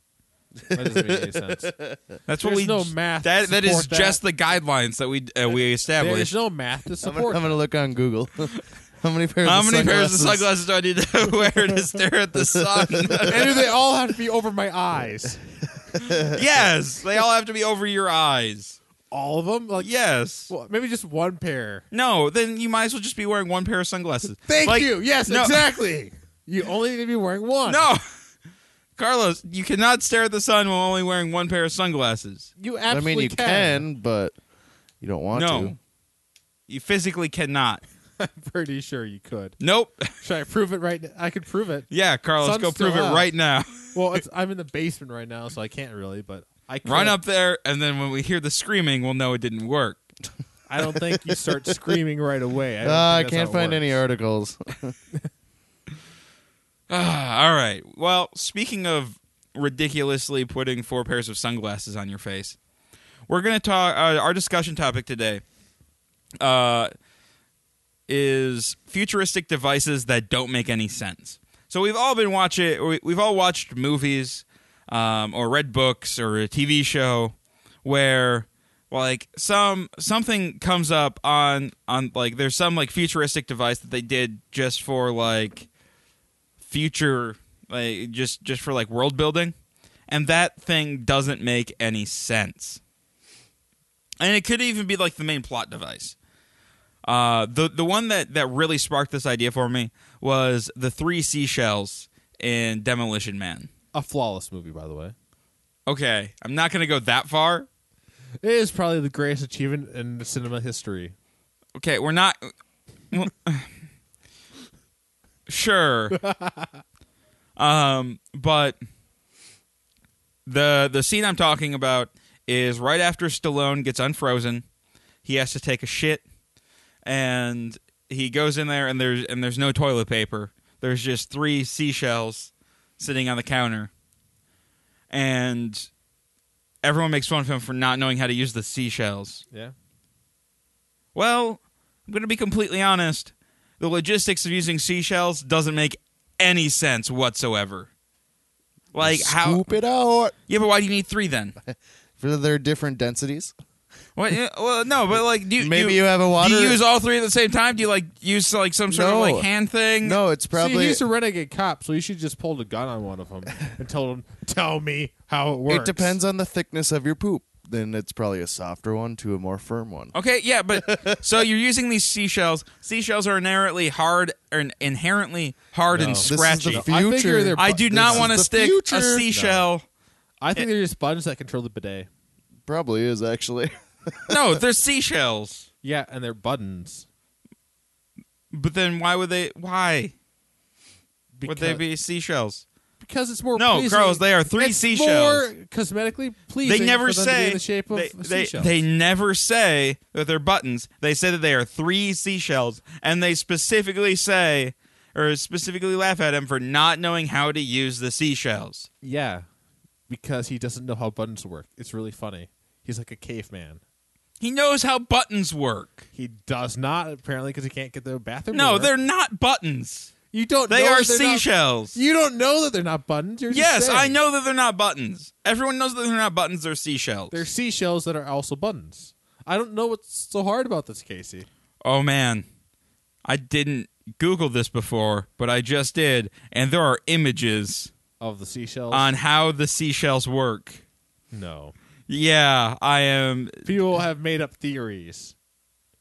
C: That doesn't make any sense.
B: That's what
C: There's
B: we.
C: no math to
B: That that is
C: support that.
B: just the guidelines that we uh, we established.
C: There's no math to
D: I'm gonna,
C: support.
D: I'm gonna look on Google. *laughs* How many pairs?
B: How
D: of
B: many pairs of sunglasses
D: sunglasses?
B: do I need to *laughs* wear to stare at the
D: *laughs*
B: sun?
C: and do they all have to be over my eyes?
B: yes, they all have to be over your eyes.
C: All of them? Like
B: Yes.
C: Well, maybe just one pair.
B: no, then you might as well just be wearing one pair of sunglasses.
C: Thank
B: Like-
C: you. Yes,
B: no.
C: exactly. *laughs* You only need to be wearing one.
B: No, *laughs* Carlos, you cannot stare at the sun while only wearing one pair of sunglasses.
C: you
D: I
C: absolutely
D: mean, you
C: can.
D: can, but you don't want
B: no,
D: to. Ah,
B: you physically cannot.
C: I'm pretty sure you could.
B: Nope. *laughs*
C: Should I prove it right? Now? I could prove it.
B: yeah, Carlos,
C: Sun's
B: go
C: still
B: prove
C: out.
B: it right now. *laughs*
C: Well, it's, I'm in the basement right now, so I can't really. But I could.
B: Run up there, and then when we hear the screaming, we'll know it didn't work.
C: I don't think you start screaming right away. I, don't
D: Ah, I
C: think that's
D: can't
C: how it
D: find any
C: works.
D: articles. *laughs*
B: Ah, *sighs* all right. Well, speaking of ridiculously putting four pairs of sunglasses on your face, we're going to talk. Uh, our discussion topic today uh, is futuristic devices that don't make any sense. So we've all been watching. or we- We've all watched movies um, or read books or a TV show where. Well, like some something comes up on on like there's some like futuristic device that they did just for like future like just just for like world building and that thing doesn't make any sense and it could even be like the main plot device uh the the one that that really sparked this idea for me was the three seashells in demolition man
C: A flawless movie, by the way.
B: okay i'm not gonna go that far
C: It is probably the greatest achievement in cinema history.
B: okay we're not well, sure um but the the scene i'm talking about is right after stallone gets unfrozen he has to take a shit and he goes in there and there's and there's no toilet paper there's just three seashells sitting on the counter and everyone makes fun of him for not knowing how to use the seashells
C: Yeah.
B: well, I'm going to be completely honest. The logistics of using seashells doesn't make any sense whatsoever. Like how?
D: Scoop it out.
B: Yeah, but why do you need three then?
D: For their different densities.
B: What? yeah, Well, no, but like, do you,
D: Maybe you have a water-
B: Do you use all three at the same time? Do you like use like some sort
D: No.
B: of like hand thing?
D: *laughs* No, it's
C: See,
D: probably.
C: he's a renegade cop, so you should just pull the gun on one of them *laughs* and tell him, "Tell me how it works."
D: it depends on the thickness of your poop. Then it's probably a softer one to a more firm one.
B: Okay, yeah,
D: *laughs*
B: but so you're using these seashells. Seashells are inherently hard and inherently hard and
D: This is the
B: scratchy.
D: future.
C: I figure they're-
B: I do
D: This
B: not
D: is
B: want to
D: the
B: stick
D: future.
B: a seashell.
C: I think they're just sponges that control the bidet.
D: Probably is actually. *laughs*
B: No. they're seashells.
C: Yeah, and they're buttons.
B: But then why would they? Why
C: Because,
B: would they be seashells?
C: Because it's more
B: No,
C: pleasing.
B: Carlos, they are three
C: it's
B: seashells.
C: More cosmetically pleasing.
B: They never
C: for them to be
B: say
C: in the shape of
B: they,
C: a
B: they,
C: seashell.
B: they never say that they're buttons. They say that they are three seashells, and they specifically say or specifically laugh at him for not knowing how to use the seashells.
C: yeah, because he doesn't know how buttons work. It's really funny. He's like a caveman.
B: He knows how buttons work.
C: He does not apparently because he can't get the bathroom.
B: No,
C: door.
B: they're not buttons.
C: you don't.
B: They
C: know
B: are
C: that they're not-
B: seashells.
C: you don't know that they're not buttons. You're just
B: yes,
C: saying.
B: I know that they're not buttons. Everyone knows that they're not buttons. They're seashells.
C: They're seashells that are also buttons. I don't know what's so hard about this, Casey.
B: oh man, I didn't Google this before, but I just did, and there are images
C: Of the seashells?
B: on how the seashells work.
C: no.
B: Yeah, I am.
C: People have made up theories.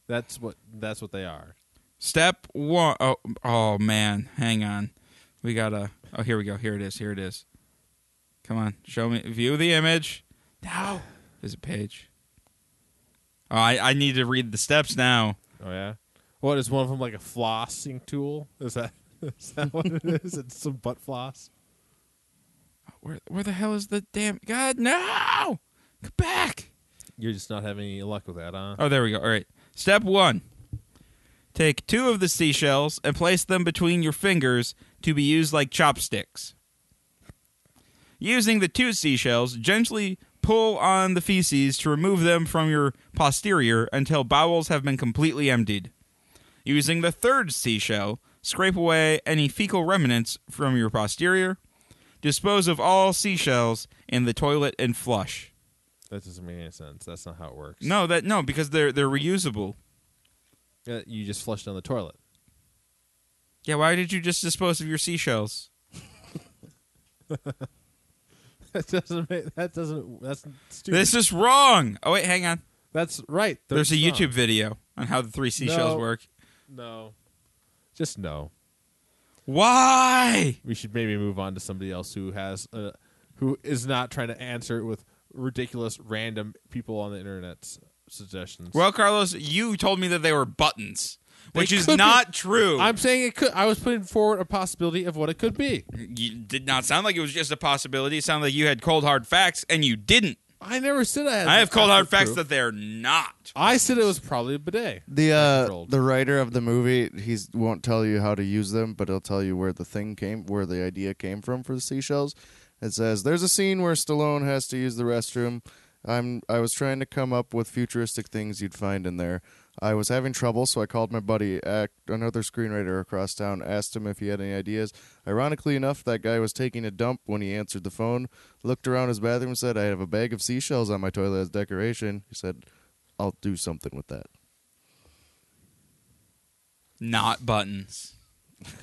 C: That's what that's what they are.
B: Step one oh oh man, hang on. We gotta. Oh, here we go. Here it is. Here it is. Come on, show me. View the image. Now is a page. Oh, I I need to read the steps now.
C: Oh yeah. What is one of them like a flossing tool? Is that *laughs* is that what it is? It's some butt floss.
B: Where where the hell is the damn God? No, come back.
C: You're just not having any luck with that, huh?
B: Oh, there we go. All right. Step one. Take two of the seashells and place them between your fingers to be used like chopsticks. Using the two seashells, gently pull on the feces to remove them from your posterior until bowels have been completely emptied. Using the third seashell, scrape away any fecal remnants from your posterior. Dispose of all seashells in the toilet and flush.
C: That doesn't make any sense. That's not how it works.
B: No, that no, because they're they're reusable.
C: Uh, you just flush down the toilet.
B: Yeah, why did you just dispose of your seashells?
C: *laughs* that doesn't make that doesn't that's stupid.
B: This is wrong. Oh wait, hang on.
C: that's right.
B: There's a
C: That's
B: YouTube video on how the three seashells
C: No.
B: work.
C: wrong. No. Just no.
B: Why?
C: we should maybe move on to somebody else who has uh, who is not trying to answer it with ridiculous random people on the internet's suggestions.
B: Well, Carlos, you told me that they were buttons, which is
C: could be-
B: not true.
C: I'm saying it could. I was putting forward a possibility of what it could be.
B: You did not sound like it was just a possibility. It sounded like you had cold hard facts, and you didn't.
C: I never said I had.
B: I have cold hard facts
C: proof.
B: that they're not.
C: I said it was probably a bidet.
D: The uh,
C: controlled.
D: the writer of the movie he's won't tell you how to use them, but he'll tell you where the thing came, where the idea came from for the seashells. It says there's a scene where Stallone has to use the restroom. I'm I was trying to come up with futuristic things you'd find in there. I was having trouble, so I called my buddy, act, another screenwriter across town, asked him if he had any ideas. Ironically enough, that guy was taking a dump when he answered the phone, looked around his bathroom, said, I have a bag of seashells on my toilet as decoration. He said, I'll do something with that.
B: Not buttons.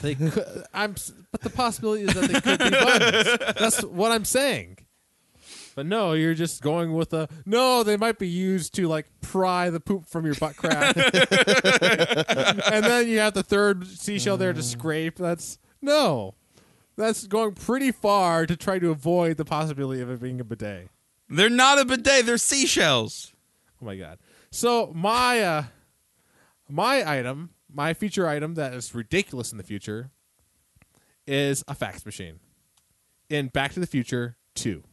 C: They could. I'm. s- But the possibility is that they could be buttons. That's what I'm saying. But no, you're just going with a no. They might be used to like pry the poop from your butt crack, *laughs* and then you have the third seashell there to scrape. That's no. That's going pretty far to try to avoid the possibility of it being a bidet.
B: They're not a bidet. They're seashells.
C: Oh my god. So my uh my item, my feature item that is ridiculous in the future is a fax machine. In Back to the Future 2.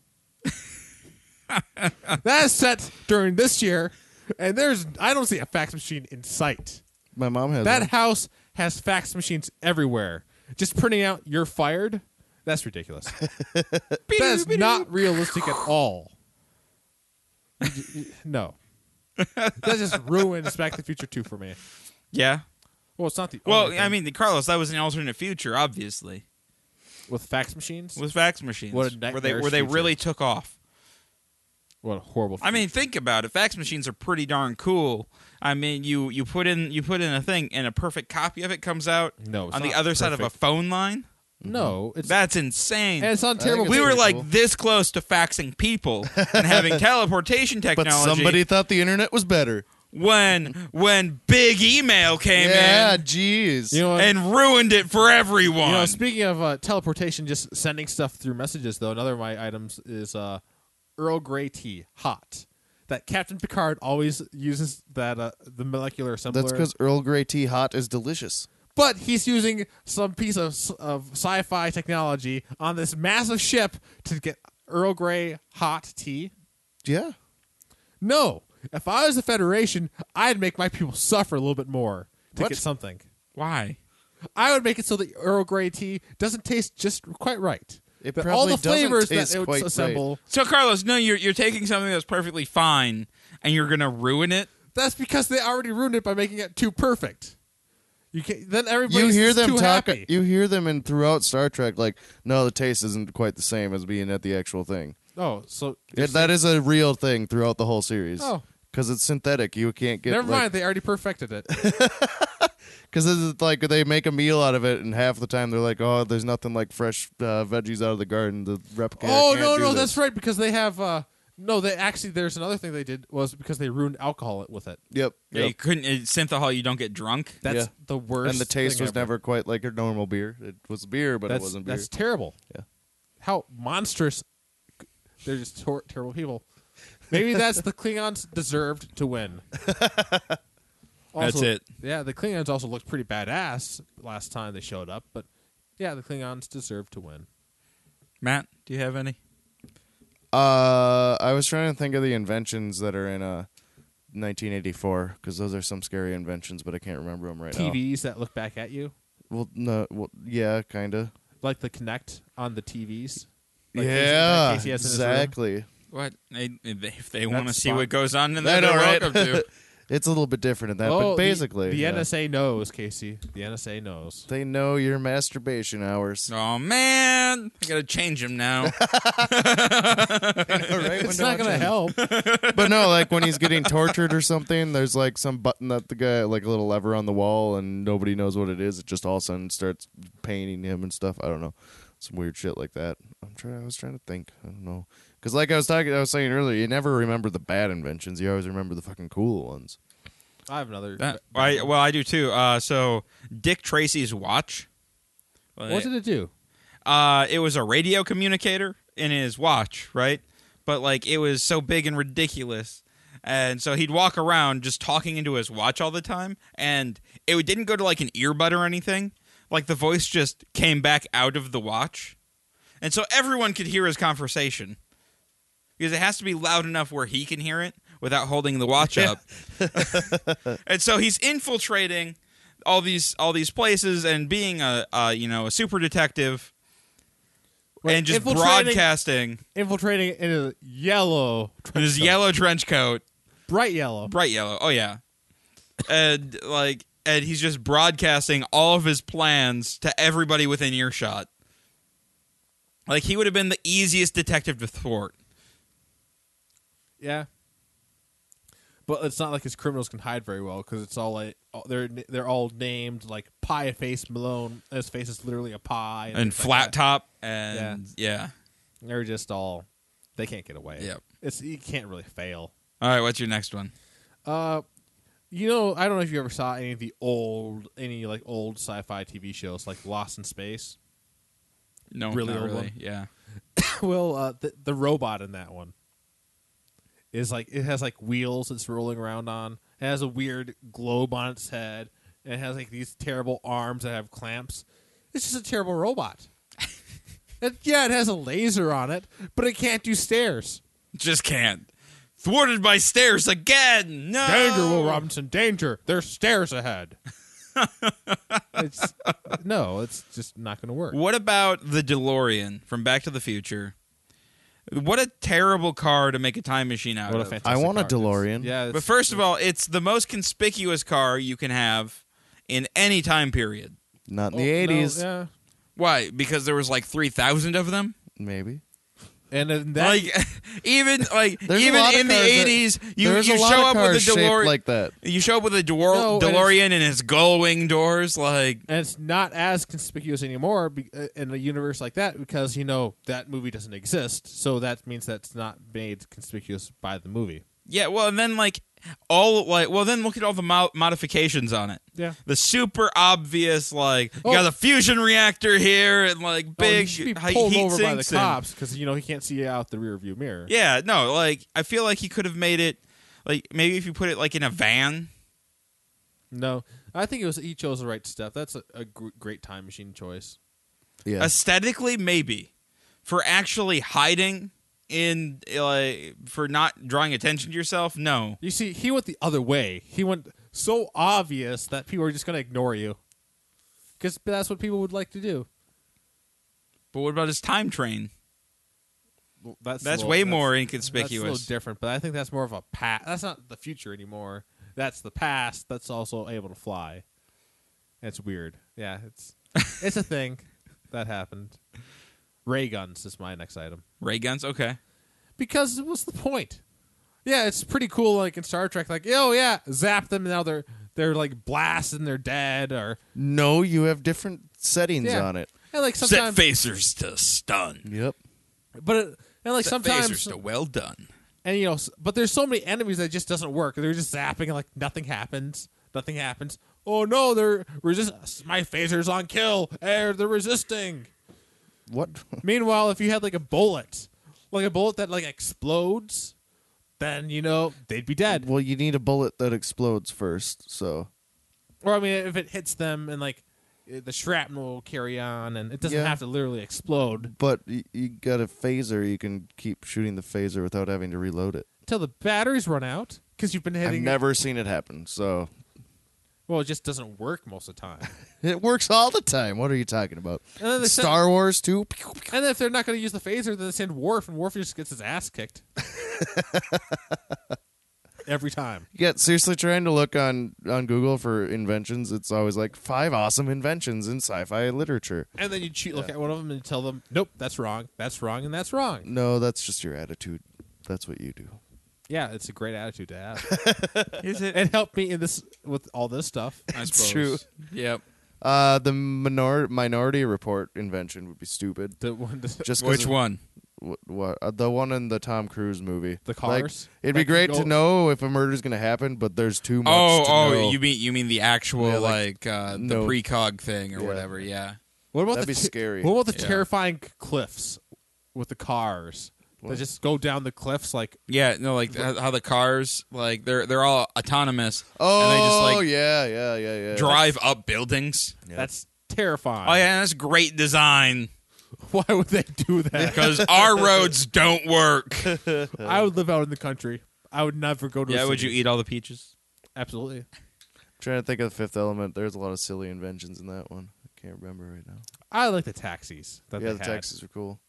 C: that is set during this year and there's I don't see a fax machine in sight.
D: My mom has
C: That
D: one.
C: house has fax machines everywhere. Just printing out you're fired,
B: *laughs*
C: that's ridiculous. that is not realistic at all. No. that just ruins Back to the Future 2 for me.
B: Yeah.
C: Well, it's not the
B: Well,
C: only
B: I
C: thing.
B: mean, Carlos, that was an alternate future, obviously.
C: with fax machines.
B: with fax machines
C: What a
B: where they
C: nightmarish
B: where they
C: future.
B: really took off.
C: what a horrible!
B: I mean, think about it. Fax machines are pretty darn cool. I mean, you you put in you put in a thing, and a perfect copy of it comes out
C: No, it's
B: on the
C: not
B: other side of a
C: perfect.
B: phone line.
C: no, it's
B: That's insane.
C: and it's on terrible.
B: we were
D: pretty
B: like
D: cool.
B: this close to faxing
C: *laughs*
B: people and having teleportation
D: But
B: technology.
D: somebody thought the internet was better.
B: when when big email came
D: yeah,
B: in
D: jeez.
C: you know, what?
B: and ruined it for everyone.
C: you know, speaking of uh, teleportation, just sending stuff through messages. Though another of my items is uh, Earl Grey tea, hot. That Captain Picard always uses that uh, the molecular assembler.
D: That's because Earl Grey tea hot is delicious.
C: but he's using some piece of, of sci-fi technology on this massive ship to get Earl Grey hot tea.
D: Yeah.
C: No, if I was the Federation, I'd make my people suffer a little bit more to
D: What?
C: get something.
B: Why?
C: I would make it so the Earl Grey tea doesn't taste just quite right.
D: It
C: That all
D: probably
C: the
D: doesn't
C: flavors
D: taste
C: that it
D: quite
C: would assemble.
B: So Carlos, no, you're you're taking something that's perfectly fine and you're gonna ruin it.
C: That's because they already ruined it by making it too perfect. You can then everybody
D: You hear them
C: too
D: talk.
C: happy.
D: You hear them in throughout Star Trek, like, no, the taste isn't quite the same as being at the actual thing.
C: oh, so
D: It, that is a real thing throughout the whole series.
C: Oh.
D: because it's synthetic. You can't get.
C: never mind. They already
D: *laughs*
C: perfected it.
D: Because it's like they make a meal out of it, and half the time they're like, "Oh, there's nothing like fresh uh, veggies out of the garden." The replicator.
C: Oh
D: can't
C: no,
D: do
C: no,
D: this.
C: that's right because they have. uh No, they actually. There's another thing they did was because they ruined alcohol with it.
D: Yep.
B: Yeah,
D: yep.
B: you couldn't it, synthahol. You don't get drunk.
C: That's
D: Yeah.
C: the worst.
D: and the taste
C: thing
D: was
C: ever.
D: never quite like a normal beer. It was beer, but it
C: that's,
D: wasn't beer.
C: That's terrible.
D: Yeah.
C: How monstrous! They're just tor- terrible people. Maybe that's
D: *laughs*
C: the Klingons deserved to win. Also-
B: it.
C: Yeah, the Klingons also looked pretty badass last time they showed up, but yeah, the Klingons deserved to win.
B: Matt, do you have any?
D: Uh, I was trying to think of the inventions that are in uh, 1984 because those are some scary inventions, but I can't remember them right now.
C: TVs that look back at you,
D: Well, no, well, yeah, kind of.
C: like the Connect on the TVs. Like Casey-
D: yeah,
C: like Casey has in his room.
D: exactly.
B: What they, if they want to
C: That's
B: see
C: fine.
B: what goes on in
D: I
B: there,
D: know,
B: they're
D: right?
B: welcome *laughs* to.
D: It's a little bit different in that,
C: Oh,
D: but
C: the-
D: basically,
C: the,
D: yeah.
C: NSA knows, Casey. The NSA knows.
D: they know your masturbation hours. *laughs*
B: Oh man, I gotta change him *laughs* now.
C: It's not going to help.
D: *laughs* but no, like when he's getting tortured or something, there's like some button that the guy, like a little lever on the wall, and nobody knows what it is. It just all of a sudden starts painting him and stuff. I don't know, some weird shit like that. I'm trying. I was trying to think. I don't know, because like I was talking, I was saying earlier, you never remember the bad inventions. You always remember the fucking cool ones.
C: I have another.
B: That- I, well, I do too. Uh, so Dick Tracy's watch.
C: what did it do?
B: uh, it was a radio communicator in his watch, right? But like it was so big and ridiculous. And so he'd walk around just talking into his watch all the time. And it didn't go to like an earbud or anything. Like the voice just came back out of the watch. And so everyone could hear his conversation. Because it has to be loud enough where he can hear it without holding the watch up. *laughs* and so he's infiltrating all these all these places and being a, a you know a super detective
C: Wait,
B: and just
C: infiltrating-
B: broadcasting
C: infiltrating in a yellow,
B: in his yellow trench coat,
C: bright yellow.
B: bright yellow. Oh yeah, and like, and he's just broadcasting all of his plans to everybody within earshot. Like he would have been the easiest detective to thwart.
C: Yeah, but it's not like his criminals can hide very well because it's all like all- they're they're all named like pie face Malone. His face is literally a pie
B: And
C: things like
B: flat
C: that.
B: top, and yeah.
C: They're just all they can't get away.
B: Yep.
C: it's you can't really fail.
B: All right, what's your next one?
C: Uh, you know, I don't know if you ever saw any of the old any like old sci-fi TV shows like Lost in Space.
B: No,
C: Really
B: not
C: old
B: really.
C: one?
B: Yeah.
C: well, uh, the, the robot in that one is like it has like wheels it's rolling around on. It has a weird globe on its head. And it has like these terrible arms that have clamps. It's just a terrible robot. it, yeah, it has a laser on it, but it can't do stairs.
B: Just can't. Thwarted by stairs again. No.
C: Danger, Will Robinson, danger! There's stairs ahead. it's no, it's just not going to work.
B: What about the DeLorean from Back to the Future? What a terrible car to make a time machine out
C: What a
B: of.
C: fantastic
D: I want a
C: car it is.
D: DeLorean.
C: Yeah,
B: but
C: it's-
B: first of all, it's the most conspicuous car you can have in any time period.
D: Not in
C: oh,
D: the
C: no,
D: '80s.
C: yeah.
B: Why? Because there was like three thousand of them.
D: Maybe.
C: And then that,
B: like *laughs* even like
D: There's a
B: even
D: lot of
B: in the
D: cars that-
B: eighties, you
D: There's
B: you
D: a lot
B: show
D: of
B: up
D: cars
B: with a
D: shaped
B: DeLorean
D: like that.
B: You show up with a DeWar-
C: No, and it's-
B: DeLorean and his gullwing doors. Like
C: and it's not as conspicuous anymore be- uh, in a universe like that because you know that movie doesn't exist, so that means that's not made conspicuous by the movie.
B: yeah, well, and then like all like well, then look at all the mo- modifications on it.
C: Yeah.
B: The super obvious, like
C: Oh.
B: you got a fusion reactor here and like
C: Oh, he
B: big
C: should be
B: hi-
C: pulled
B: heat
C: over by the
B: sinks and-
C: cops because you know he can't see out the rearview mirror.
B: Yeah, no, like I feel like he could have made it like maybe if you put it like in a van.
C: No, I think it was he chose the right stuff. That's a, a gr- great time machine choice.
D: Yeah.
B: aesthetically maybe for actually hiding in eh, like for not drawing attention to yourself no
C: You see, he went the other way. He went so obvious that people are just going to ignore you because that's what people would like to do.
B: but what about his time train
C: That's a
B: that's
C: little-
B: way more
C: That's a little
B: inconspicuous
C: different, but I think that's more of a past. That's not the future anymore. That's the past. That's also able to fly. It's weird. Yeah,
B: *laughs*
C: it's it's a thing that happened. Ray guns is my next item
B: ray guns okay
C: because what's the point? Yeah, it's pretty cool. Like in Star Trek, like oh yeah, zap them now they're they're like blasting they're dead or
D: No, you have different settings
C: Yeah.
D: on it.
C: and like sometimes
B: set phasers to stun
D: Yep.
C: but it, and like
B: set
C: sometimes
B: phasers to well done
C: and you know s- but there's so many enemies that it just doesn't work they're just zapping like nothing happens nothing happens oh no they're resist my phaser's on kill eh, they're resisting
D: What?
C: meanwhile if you had like a bullet like a bullet that like explodes then you know they'd be dead
D: well, you need a bullet that explodes first, so
C: or i mean if it hits them and like it- the shrapnel will carry on and it doesn't
D: Yeah.
C: have to literally explode
D: but you, you got a phaser, you can keep shooting the phaser without having to reload it.
C: until the batteries run out because you've been
D: I've
C: hitting
D: never seen it happen, so *laughs*
C: well it just doesn't work most of the time
D: it works all the time. What are you talking about?
C: And then they sent-
D: Star Wars too.
C: And if they're not going to use the phaser, then they send Worf, and Worf just gets his ass kicked every time.
D: Yeah, seriously, trying to look on on Google for inventions, it's always like five awesome inventions in sci-fi literature.
C: And then you cheat, look at one of them, and tell them, "Nope, that's wrong. That's wrong, and that's wrong."
D: No, that's just your attitude. That's what you do.
C: Yeah, it's a great attitude to have.
B: is it
C: it helped me in this with all this stuff.
B: I
D: *laughs* It's
B: suppose.
D: true.
B: yep
D: Uh, the minor- minority report invention would be stupid.
C: The one, the,
D: Just 'cause
B: which
D: of-
B: one
D: What, what uh, the one in the Tom Cruise movie?
C: The
D: Like,
C: cars?
D: it'd
C: That
D: be
C: can
D: great
C: go-
D: to know if a murder's gonna happen, but there's too much.
B: oh
D: to
B: oh
D: know.
B: you mean you mean the actual
D: Yeah,
B: like,
D: like,
B: uh the
D: no.
B: precog thing or
D: Yeah.
B: whatever yeah
C: what about
D: That'd
C: the
D: be
C: te-
D: scary.
C: What about the
B: Yeah.
C: terrifying cliffs with the cars that
D: What?
C: just go down the cliffs like?
B: yeah no like how how the cars like they're they're all autonomous
D: oh
B: and they just like
D: yeah, yeah, yeah, yeah.
B: drive up buildings
C: That's terrifying.
B: oh yeah that's great design
C: *laughs* Why would they
D: *laughs*
C: do that?
B: because *laughs* our roads don't work.
C: I would live out in the country. I would never go to. a
B: Yeah, would you
C: city.
B: eat all the peaches?
C: Absolutely.
D: trying to think of the Fifth Element. There's a lot of silly inventions in that one. I can't remember right now.
C: I like the taxis. That
D: yeah,
C: they
D: the
C: had.
D: taxis are cool.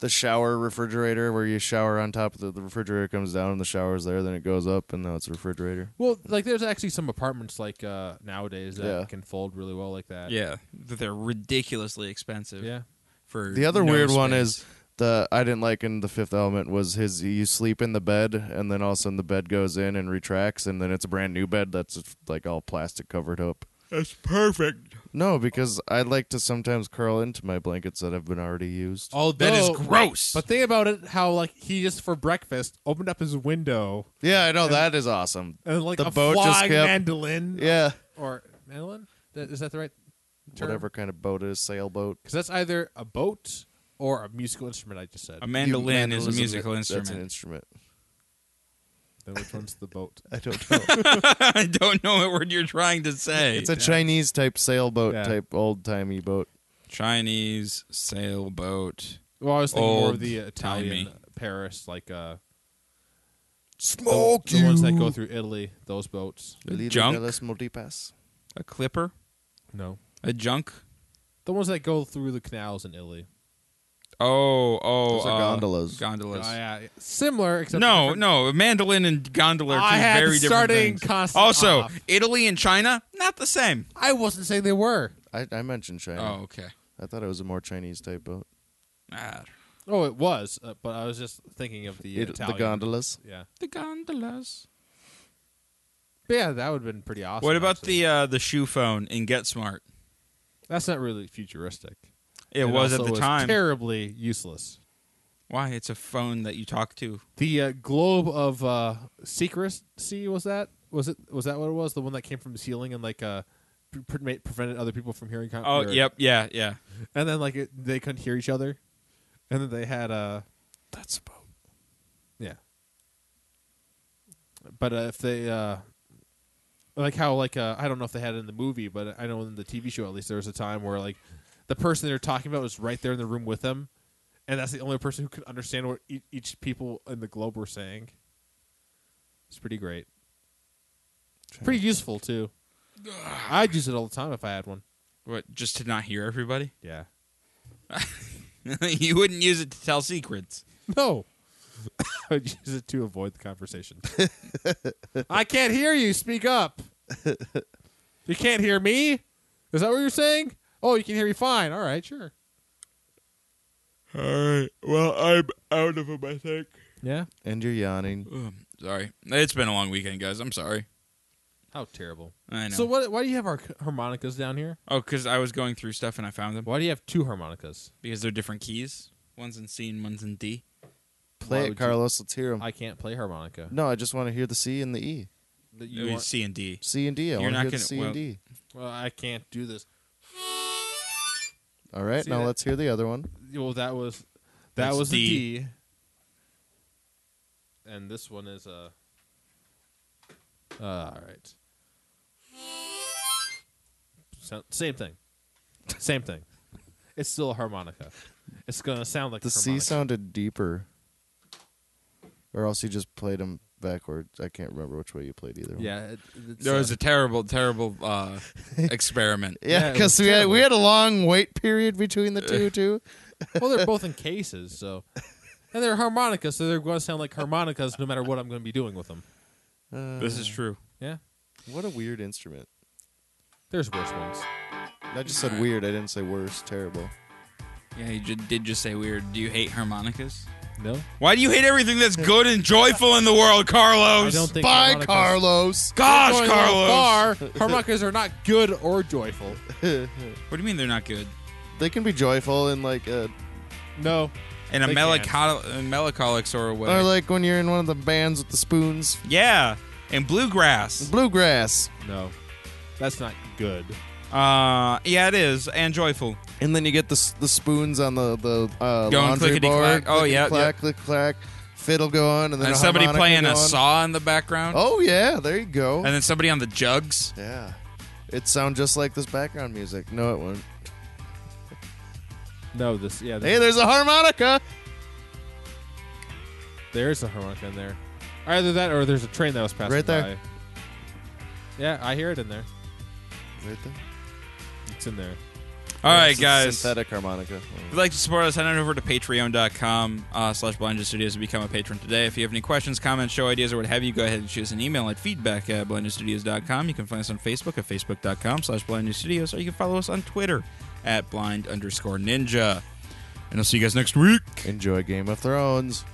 D: The shower refrigerator, where you shower on top of the, the refrigerator, comes down, and the shower's there, then it goes up, and now it's a refrigerator.
C: Well, like there's actually some apartments like uh, nowadays that
D: Yeah.
C: can fold really well like that.
B: Yeah, but they're ridiculously expensive.
C: yeah.
B: For
D: The other
B: no
D: weird one
B: space.
D: is the I didn't like in the Fifth Element was his you sleep in the bed and then all of a sudden the bed goes in and retracts and then it's a brand new bed that's like all plastic covered up.
B: that's perfect.
D: No, because I like to sometimes curl into my blankets that have been already used.
C: Although,
B: Oh, That is gross.
C: But think about it, how like he just for breakfast opened up his window
D: Yeah, I know that is awesome.
C: and like
D: The
C: a
D: boat just
C: flying
D: kept-
C: mandolin
D: Yeah,
C: or mandolin That- is that the right term?
D: whatever kind of boat it is, sailboat.
C: Because that's either a boat or a musical instrument. I just said.
B: a mandolin, is a
D: Mandolin's
B: musical
D: That's an
B: instrument.
D: instrument.
C: then which one's the boat?
D: I don't know.
B: *laughs* I don't know what word you're trying to say.
D: It's a Chinese type sailboat
C: Yeah.
D: type old timey boat.
B: Chinese sailboat.
C: Well, I was thinking more
B: Old
C: of the Italian uh,
B: timey.
C: Paris, like uh,
D: Smoke
C: the, the ones that go through Italy. Those boats.
B: Junk?
D: multipass.
B: A clipper.
C: No,
B: A junk.
C: the ones that go through the canals in Italy.
B: Oh, oh,
D: Those are
B: uh,
D: gondolas.
B: Gondolas.
C: Oh, yeah. Similar, except
B: no,
C: different-
B: no, a mandolin and gondola are two
C: I had
B: very different
C: starting
B: things.
C: constant
B: Also,
C: off.
B: Italy and China, not the same.
C: I wasn't saying they were.
D: I, I mentioned China.
B: Oh, okay.
D: I thought it was a more Chinese type boat.
B: Ah,
C: Oh, it was, uh, but I was just thinking of the
D: It- the
C: Italian.
D: gondolas.
C: Yeah,
B: the gondolas.
C: but yeah, that would have been pretty awesome.
B: What about
C: actually.
B: the uh, the shoe phone in Get Smart?
C: That's not really futuristic.
B: It, was at
C: also
B: the time.
C: terribly useless.
B: Why? It's a phone that you talk to.
C: The uh, globe of uh, secrecy was that? Was it? Was that what it was? The one that came from the ceiling and like uh, pre- pre- made- prevented other people from hearing. Con-
B: Oh,
C: or-
B: yep, yeah, yeah.
C: And then like it, they couldn't hear each other, and then they had uh,
D: That's a boat.
C: Yeah. But uh, if they uh like how like uh, I don't know if they had it in the movie, but I know in the TV show at least there was a time where like the person they were talking about was right there in the room with them, and that's the only person who could understand what e- each people in the globe were saying. It's pretty great. It's pretty useful too. I'd use it all the time if I had one.
B: What? Just to not hear everybody? *laughs*
C: Yeah.
B: you wouldn't use it to tell secrets.
C: No. *laughs* I would use it to avoid the *laughs* conversation. I can't hear you. Speak up. You can't hear me? Is that what you're saying? Oh, you can hear me fine. All right, sure.
B: All right. Well, I'm out of them. I think.
C: Yeah.
D: And you're yawning.
B: sorry, it's been a long weekend, guys. I'm sorry.
C: How terrible.
B: I know.
C: So what why do you have our harmonicas down here?
B: Oh, because I was going through stuff and I found them
C: Why do you have two harmonicas?
B: because they're different keys. One's in C and one's in D.
C: Why
D: Play
C: would you-
D: it, Carlos. Let's hear them.
C: I can't play harmonica.
D: no, I just want to hear the C and the E.
C: That
B: It
C: You
B: was
C: want-
B: C and D.
D: C and D. I
B: You're
D: want to
B: not
D: hear the
B: gonna-
D: C
B: well-
D: and D.
C: well, I can't do this.
D: All right,
C: See
D: now
C: that?
D: let's hear the other one.
C: Well, that was that
B: That's
C: was the
B: D.
C: D. And this one is a. Uh, all right. So, same thing. Same thing. It's still a harmonica. It's gonna sound like
D: The
C: a
D: C
C: harmonica.
D: sounded deeper, or else you just played them backwards. I can't remember which way you played either. one.
C: Yeah. It,
B: *laughs*
C: it's,
B: There
C: uh,
B: was a terrible, terrible *laughs* uh, experiment.
D: *laughs*
C: Yeah,
D: yeah,
C: it
D: because we
C: was
D: had we
C: terrible.
D: had a long wait period between the two too.
C: well, they're both in cases, so. And they're harmonicas, so they're going to sound like harmonicas no matter what I'm going to be doing with them.
B: This is true.
C: Yeah.
D: What a weird instrument.
C: There's worse ones.
D: I just said weird. I didn't say worse. Terrible.
B: Yeah, you ju- did just say weird. Do you hate harmonicas?
C: No.
B: Why do you hate everything that's good and joyful in the world,
C: I
B: Carlos?
C: don't think.
D: Bye,
C: harmonicas-
D: Carlos.
B: Gosh,
C: Going a little
B: Carlos.
D: *laughs*
C: far. harmonicas are not good or joyful.
B: What do you mean they're not good?
D: They can be joyful and like, uh,
C: No.
B: In a
C: They
B: melanchol- a melancholic sort of way.
D: or like when you're in one of the bands with the spoons,
B: yeah, and bluegrass.
D: bluegrass,
C: No. That's not good.
B: Uh, yeah, it is, and joyful.
D: and then you get the s- the spoons on the the uh,
B: Going
D: laundry
B: clickety-clack.
D: board.
B: Oh, yeah, yeah.
D: clack, click clack, fiddle going, and then
B: And
D: a
B: somebody
D: harmonica
B: playing a
D: going.
B: saw in the background.
D: Oh yeah, there you go.
B: And then somebody on the jugs.
D: Yeah. It sound just like this background music. No, it won't.
C: No, this yeah.
D: Hey, there's a harmonica.
C: there's a harmonica in there. Either that or there's a train that was passing
D: Right there.
C: by. Yeah, I hear it in there.
D: Right there.
C: It's in there.
B: All right,
D: It's a
B: guys. If
D: Synthetic harmonica.
B: you'd like to support us, head on over to patreon.com uh, slash blinded studios and become a patron today. If you have any questions, comments, show ideas, or what have you, go ahead and shoot us an email at feedback at blindedstudios.com. You can find us on Facebook at facebook.com slash blindedstudios, or you can follow us on Twitter at blind underscore ninja. And I'll see you guys next week.
D: Enjoy Game of Thrones.